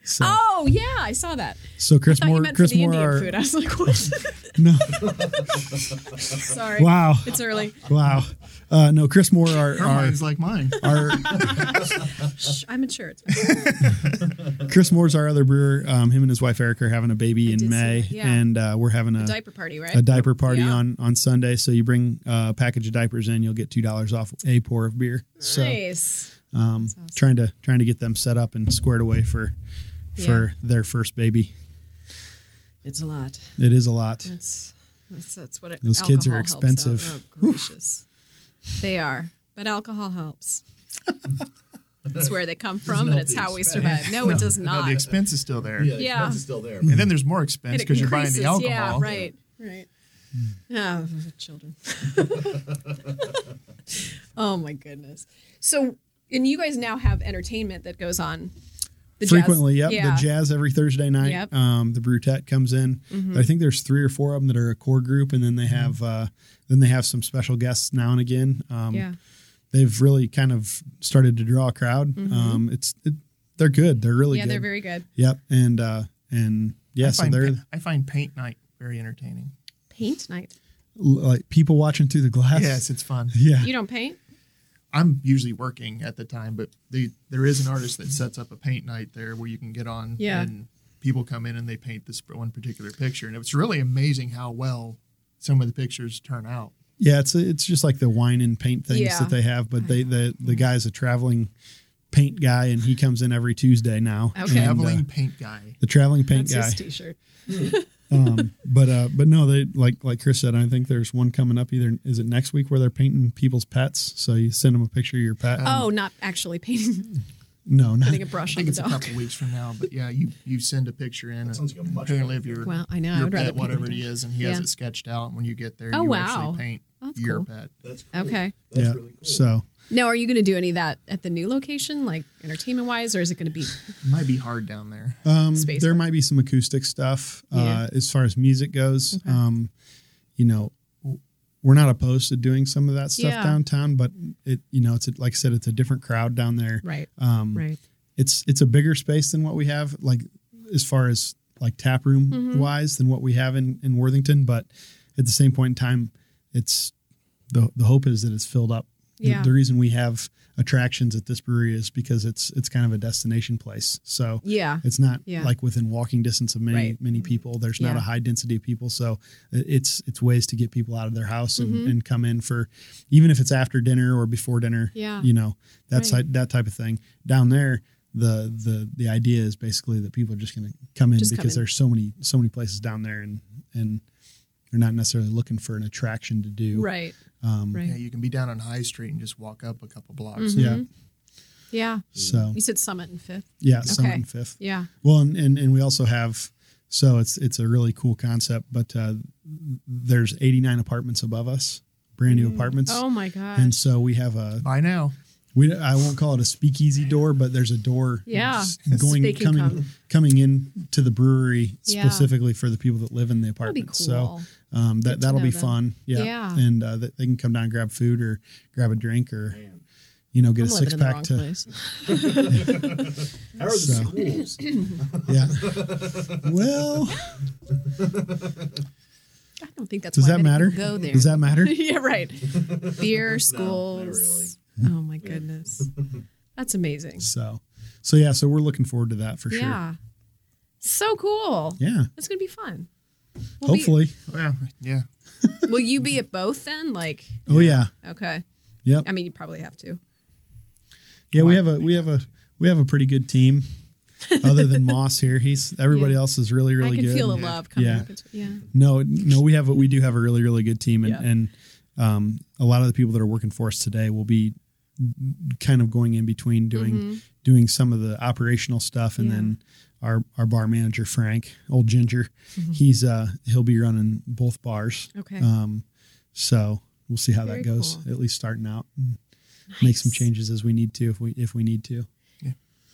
S4: So,
S1: Oh yeah, I saw that.
S4: so
S1: I
S4: Chris
S1: thought you
S4: Moore,
S1: meant
S4: Chris
S1: for the
S4: Moore,
S1: Indian
S4: our-
S1: food. I was like, what?
S4: no,
S1: Sorry.
S4: wow,
S1: It's early.
S4: Wow. Uh, no, Chris Moore, our,
S2: Her
S4: our,
S2: mind's like mine.
S4: our
S1: Shh, I'm mature. It's
S4: Chris Moore's our other brewer. Um, him and his wife Eric are having a baby
S1: did see
S4: in May,
S1: that, yeah.
S4: and uh, we're having a,
S1: a diaper party, right?
S4: a diaper party
S1: Yeah.
S4: on on Sunday. So you bring uh, a package of diapers in, you'll get two dollars off a pour of beer. So
S1: nice.
S4: um, trying to trying to get them set up and squared away for
S1: Yeah.
S4: for their first baby.
S10: It's a lot.
S4: It is a lot.
S1: That's that's, that's what it,
S4: Those kids are
S1: alcohol helps out.
S4: expensive.
S1: Oh, gracious, they are. But alcohol helps. That's where they come from, and
S3: help
S1: it's
S3: the
S1: how we
S3: expense.
S1: survive. No, it does
S2: No,
S1: not.
S2: the expense is still there.
S3: Yeah, the
S1: Yeah.
S3: expense is still there.
S2: And then there's more expense because you're buying the
S1: increases.
S2: alcohol.
S1: Yeah, right, right.
S4: Hmm.
S1: Oh, children. oh my goodness. So, and you guys now have entertainment that goes on. The jazz-
S4: Frequently, yep.
S1: Yeah.
S4: The jazz every Thursday night.
S1: Yep. Mm-hmm.
S4: Um, the Brutette comes in. I think there's three or four of them that are a core group, and then they have uh, then they have some special guests now and again. Um,
S1: Yeah.
S4: They've really kind of started to draw a crowd. Um, it's it, they're good. They're
S1: Mm-hmm.
S4: really
S1: yeah,
S4: good.
S1: they're very good.
S4: Yep. And uh, and yeah,
S2: I,
S4: so
S2: find
S4: they're
S2: pa- I find paint night very entertaining.
S1: Paint night.
S4: like people watching through the glass.
S2: Yes, it's fun.
S4: Yeah.
S1: You don't paint?
S2: I'm usually working at the time, but the, there is an artist that sets up a paint night there where you can get on
S1: Yeah.
S2: and people come in and they paint this one particular picture. And it's really amazing how well some of the pictures turn out.
S4: Yeah, it's it's just like the wine and paint things
S1: Yeah.
S4: that they have, but they the the guy's a traveling paint guy, and he comes in every Tuesday now.
S1: Okay.
S4: And, uh,
S2: Traveling paint guy.
S4: the traveling paint
S1: Oh. That's
S4: guy.
S1: his T-shirt.
S4: Um, but uh, but no, they like like Chris said. I think there's one coming up. Either is it next week where they're painting people's pets? So you send them a picture of your pet.
S1: Oh, not actually painting.
S4: no, not
S1: Putting a brush
S2: I
S1: on
S2: think
S1: the
S2: it's a
S1: dog.
S2: couple weeks from now, but yeah, you you send a picture in.
S3: sounds like a much
S2: apparently
S3: better
S2: of your
S1: Well, I know, I
S2: your
S1: would rather
S2: pet,
S1: paint
S2: whatever
S1: than
S2: it
S1: paint.
S2: is, and he has
S1: Yeah.
S2: it sketched out. When you get there,
S1: Oh,
S2: you
S1: wow.
S2: actually paint
S1: That's
S2: your
S1: cool.
S2: pet.
S3: That's cool.
S1: Okay.
S3: That's
S4: yeah.
S3: really cool.
S4: So
S1: Now, are you going to do any of that at the new location, like entertainment wise, or is it going to be?
S2: It might be hard down there.
S4: um,
S1: Space
S4: there
S1: work.
S4: might be some acoustic stuff
S1: Yeah.
S4: uh, as far as music goes. Um, you know, w- we're not opposed to doing some of that stuff
S1: Yeah.
S4: downtown, but it you know it's a, like I said, it's a different crowd down there.
S1: Right.
S4: Um,
S1: Right.
S4: it's it's a bigger space than what we have like as far as like tap room wise than what we have in in Worthington but at the same point in time it's the the hope is that it's filled up The-
S1: Yeah.
S4: the, reason we have attractions at this brewery is because it's it's kind of a destination place so
S1: Yeah.
S4: it's not
S1: Yeah.
S4: like within walking distance of many
S1: Right.
S4: many people there's not
S1: Yeah.
S4: a high density of people so it- it's it's ways to get people out of their house and,
S1: Mm-hmm.
S4: and come in for even if it's after dinner or before dinner
S1: Yeah.
S4: you know that's
S1: Right.
S4: like that type of thing down there the the the idea is basically that people are just going to come in
S1: Just come
S4: because
S1: in.
S4: there's so many so many places down there and and they're not necessarily looking for an attraction to do Um,
S1: Right. right. Mm-hmm.
S2: Yeah, you can be down on High Street and just walk up a couple blocks.
S4: yeah
S1: Yeah.
S4: so
S1: You said Summit and Fifth.
S4: yeah summit
S1: Okay.
S4: and fifth
S1: Yeah.
S4: Well, and, and and we also have so it's it's a really cool concept, but uh, there's 89 apartments above us, brand new apartments,
S1: Oh my gosh.
S4: and so we have a
S2: By now,
S4: we I won't call it a speakeasy door, but there's a door
S1: Yeah.
S4: s- going
S1: They can
S4: coming
S1: come.
S4: coming in to the brewery
S1: Yeah.
S4: specifically for the people that live in the
S1: be
S4: apartments.
S1: cool.
S4: So um, that that'll
S1: know
S4: be
S1: that.
S4: fun. Yeah,
S1: Yeah.
S4: and uh, they they can come down and grab food or grab a drink or. You know, get
S10: I'm
S4: a
S10: living
S4: six
S10: in the
S4: pack
S10: wrong
S4: to
S10: place.
S3: How are the
S4: So-
S3: schools?
S4: yeah. well,
S1: I don't think that's
S4: does
S1: why
S4: that
S1: many
S4: matter?
S1: people Go there.
S4: Does that matter?
S1: yeah. Right. Beer
S3: not really.
S1: schools. Oh my goodness. That's amazing.
S4: So, so yeah, so we're looking forward to that for sure.
S1: Yeah. So cool.
S4: Yeah.
S1: It's gonna be fun. We'll be-
S4: Hopefully.
S2: yeah, yeah.
S1: will you be at both then? Like,
S4: oh yeah.
S1: okay.
S4: Yep.
S1: I mean, you probably have to.
S4: Yeah, we have a we have a we have a pretty good team. Other than Moss here, he's everybody
S1: Yeah.
S4: else is really really
S1: I can
S4: good.
S1: feel the love coming
S4: Yeah.
S1: up. Into, yeah.
S4: No, no, we have we do have a really really good team, and
S1: Yeah.
S4: and um, a lot of the people that are working for us today will be kind of going in between doing doing some of the operational stuff, and
S1: Mm-hmm. Yeah.
S4: then our our bar manager Frank, old Ginger,
S1: Mm-hmm.
S4: he's uh he'll be running both bars.
S1: Okay.
S4: Um, so we'll see how
S1: Very
S4: that goes.
S1: cool.
S4: At least starting out, and make some
S1: Nice.
S4: changes as we need to if we if we need to.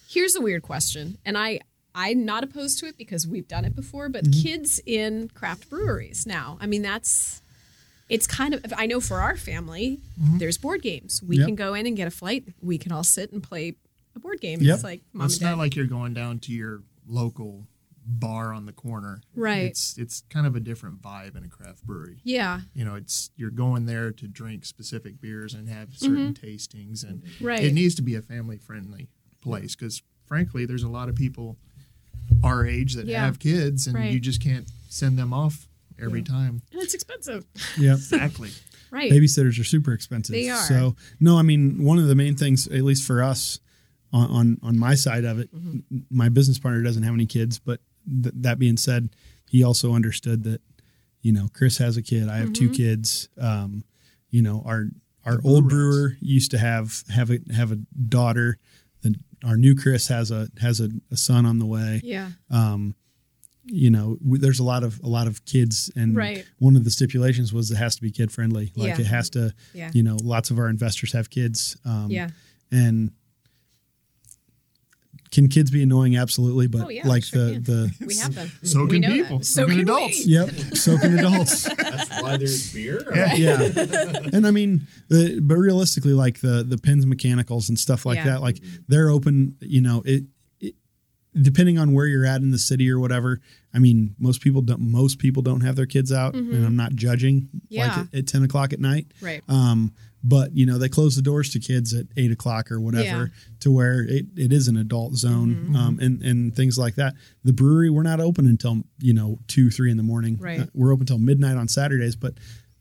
S1: Here's a weird question, and I I'm not opposed to it because we've done it before, but
S4: Mm-hmm.
S1: kids in craft breweries now. I mean, that's it's kind of I know for our family, there's board games. We
S4: Mm-hmm. Yep.
S1: can go in and get a flight. We can all sit and play a board game.
S4: Yep.
S1: It's like mom
S2: It's
S1: and dad.
S2: not like you're going down to your local bar on the corner.
S1: Right.
S2: It's it's kind of a different vibe in a craft brewery.
S1: yeah,
S2: You know, it's you're going there to drink specific beers and have certain tastings and
S1: Mm-hmm. Right.
S2: it needs to be a family friendly place cuz frankly there's a lot of people our age that
S1: Yeah.
S2: have kids and you
S1: Right.
S2: just can't send them off every time.
S1: and it's expensive,
S4: Yeah.
S2: Exactly.
S1: right?
S4: babysitters are super expensive.
S1: They are.
S4: So no, I mean one of the main things, at least for us, on
S1: Mm-hmm.
S4: on, on my side of it, m- my business partner doesn't have any kids. But th- that being said, he also understood that you know Chris has a kid. I have
S1: Mm-hmm.
S4: two kids. Um, you know our our old brewer used to have have a have a daughter. The, our new Chris has a has a, a son on the way
S1: Yeah.
S4: you know we, there's a lot of a lot of kids and
S1: Right.
S4: one of the stipulations was it has to be kid friendly like
S1: Yeah.
S4: it has to
S1: Yeah.
S4: you know lots of our investors have kids um
S1: Yeah.
S4: and can kids be annoying absolutely but
S1: Oh, yeah,
S4: like
S1: sure
S4: the
S1: can.
S4: the
S1: We have them.
S2: So
S1: we
S2: can
S1: know
S2: people.
S1: That.
S2: So, can, adults.
S1: We.
S4: yep so can adults
S3: That's why there's beer.
S2: Yeah.
S4: yeah and i mean the, but realistically like the the pins mechanicals and stuff like
S1: Yeah.
S4: that like they're open you know it, it depending on where you're at in the city or whatever i mean most people don't most people don't have their kids out and i'm not judging
S1: Mm-hmm. Yeah.
S4: like at, at 10 o'clock at night
S1: Right.
S4: um but you know they close the doors to kids at eight o'clock or whatever
S1: Yeah. Mm-hmm.
S4: to where it, it is an adult zone um, and and things like that the brewery we're not open until you know two three in the morning
S1: Right.
S4: Uh, we're open until midnight on saturdays but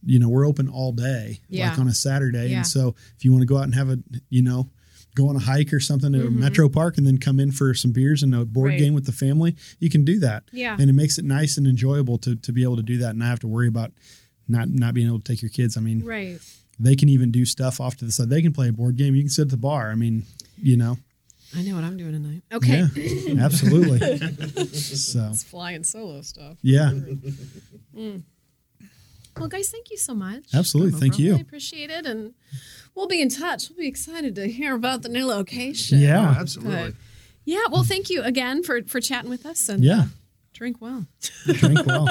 S4: you know we're open all day
S1: Yeah.
S4: like on a saturday
S1: Yeah.
S4: and so if you want to go out and have a you know go on a hike or something at a metro park and then come in for some beers and a board
S1: Mm-hmm. Right.
S4: game with the family you can do that
S1: Yeah.
S4: and it makes it nice and enjoyable to, to be able to do that and not have to worry about not not being able to take your kids i mean
S1: Right.
S4: they can even do stuff off to the side. They can play a board game. You can sit at the bar. I mean, you know,
S5: I know what I'm doing tonight.
S1: Okay.
S4: yeah, absolutely. so
S1: It's flying solo stuff. Mm.
S4: yeah,
S1: Well, guys, thank you so much.
S4: absolutely. Thank
S1: Really
S4: you.
S1: appreciate it, and we'll be in touch. We'll be excited to hear about the new location.
S2: Oh,
S4: Yeah,
S2: absolutely.
S1: Yeah. Well, thank you again for for chatting with us and
S4: yeah.
S1: drink well.
S4: Drink well.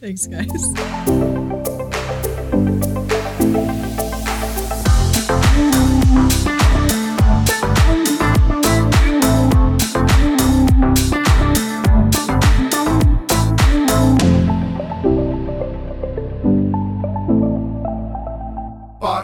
S1: Thanks, guys.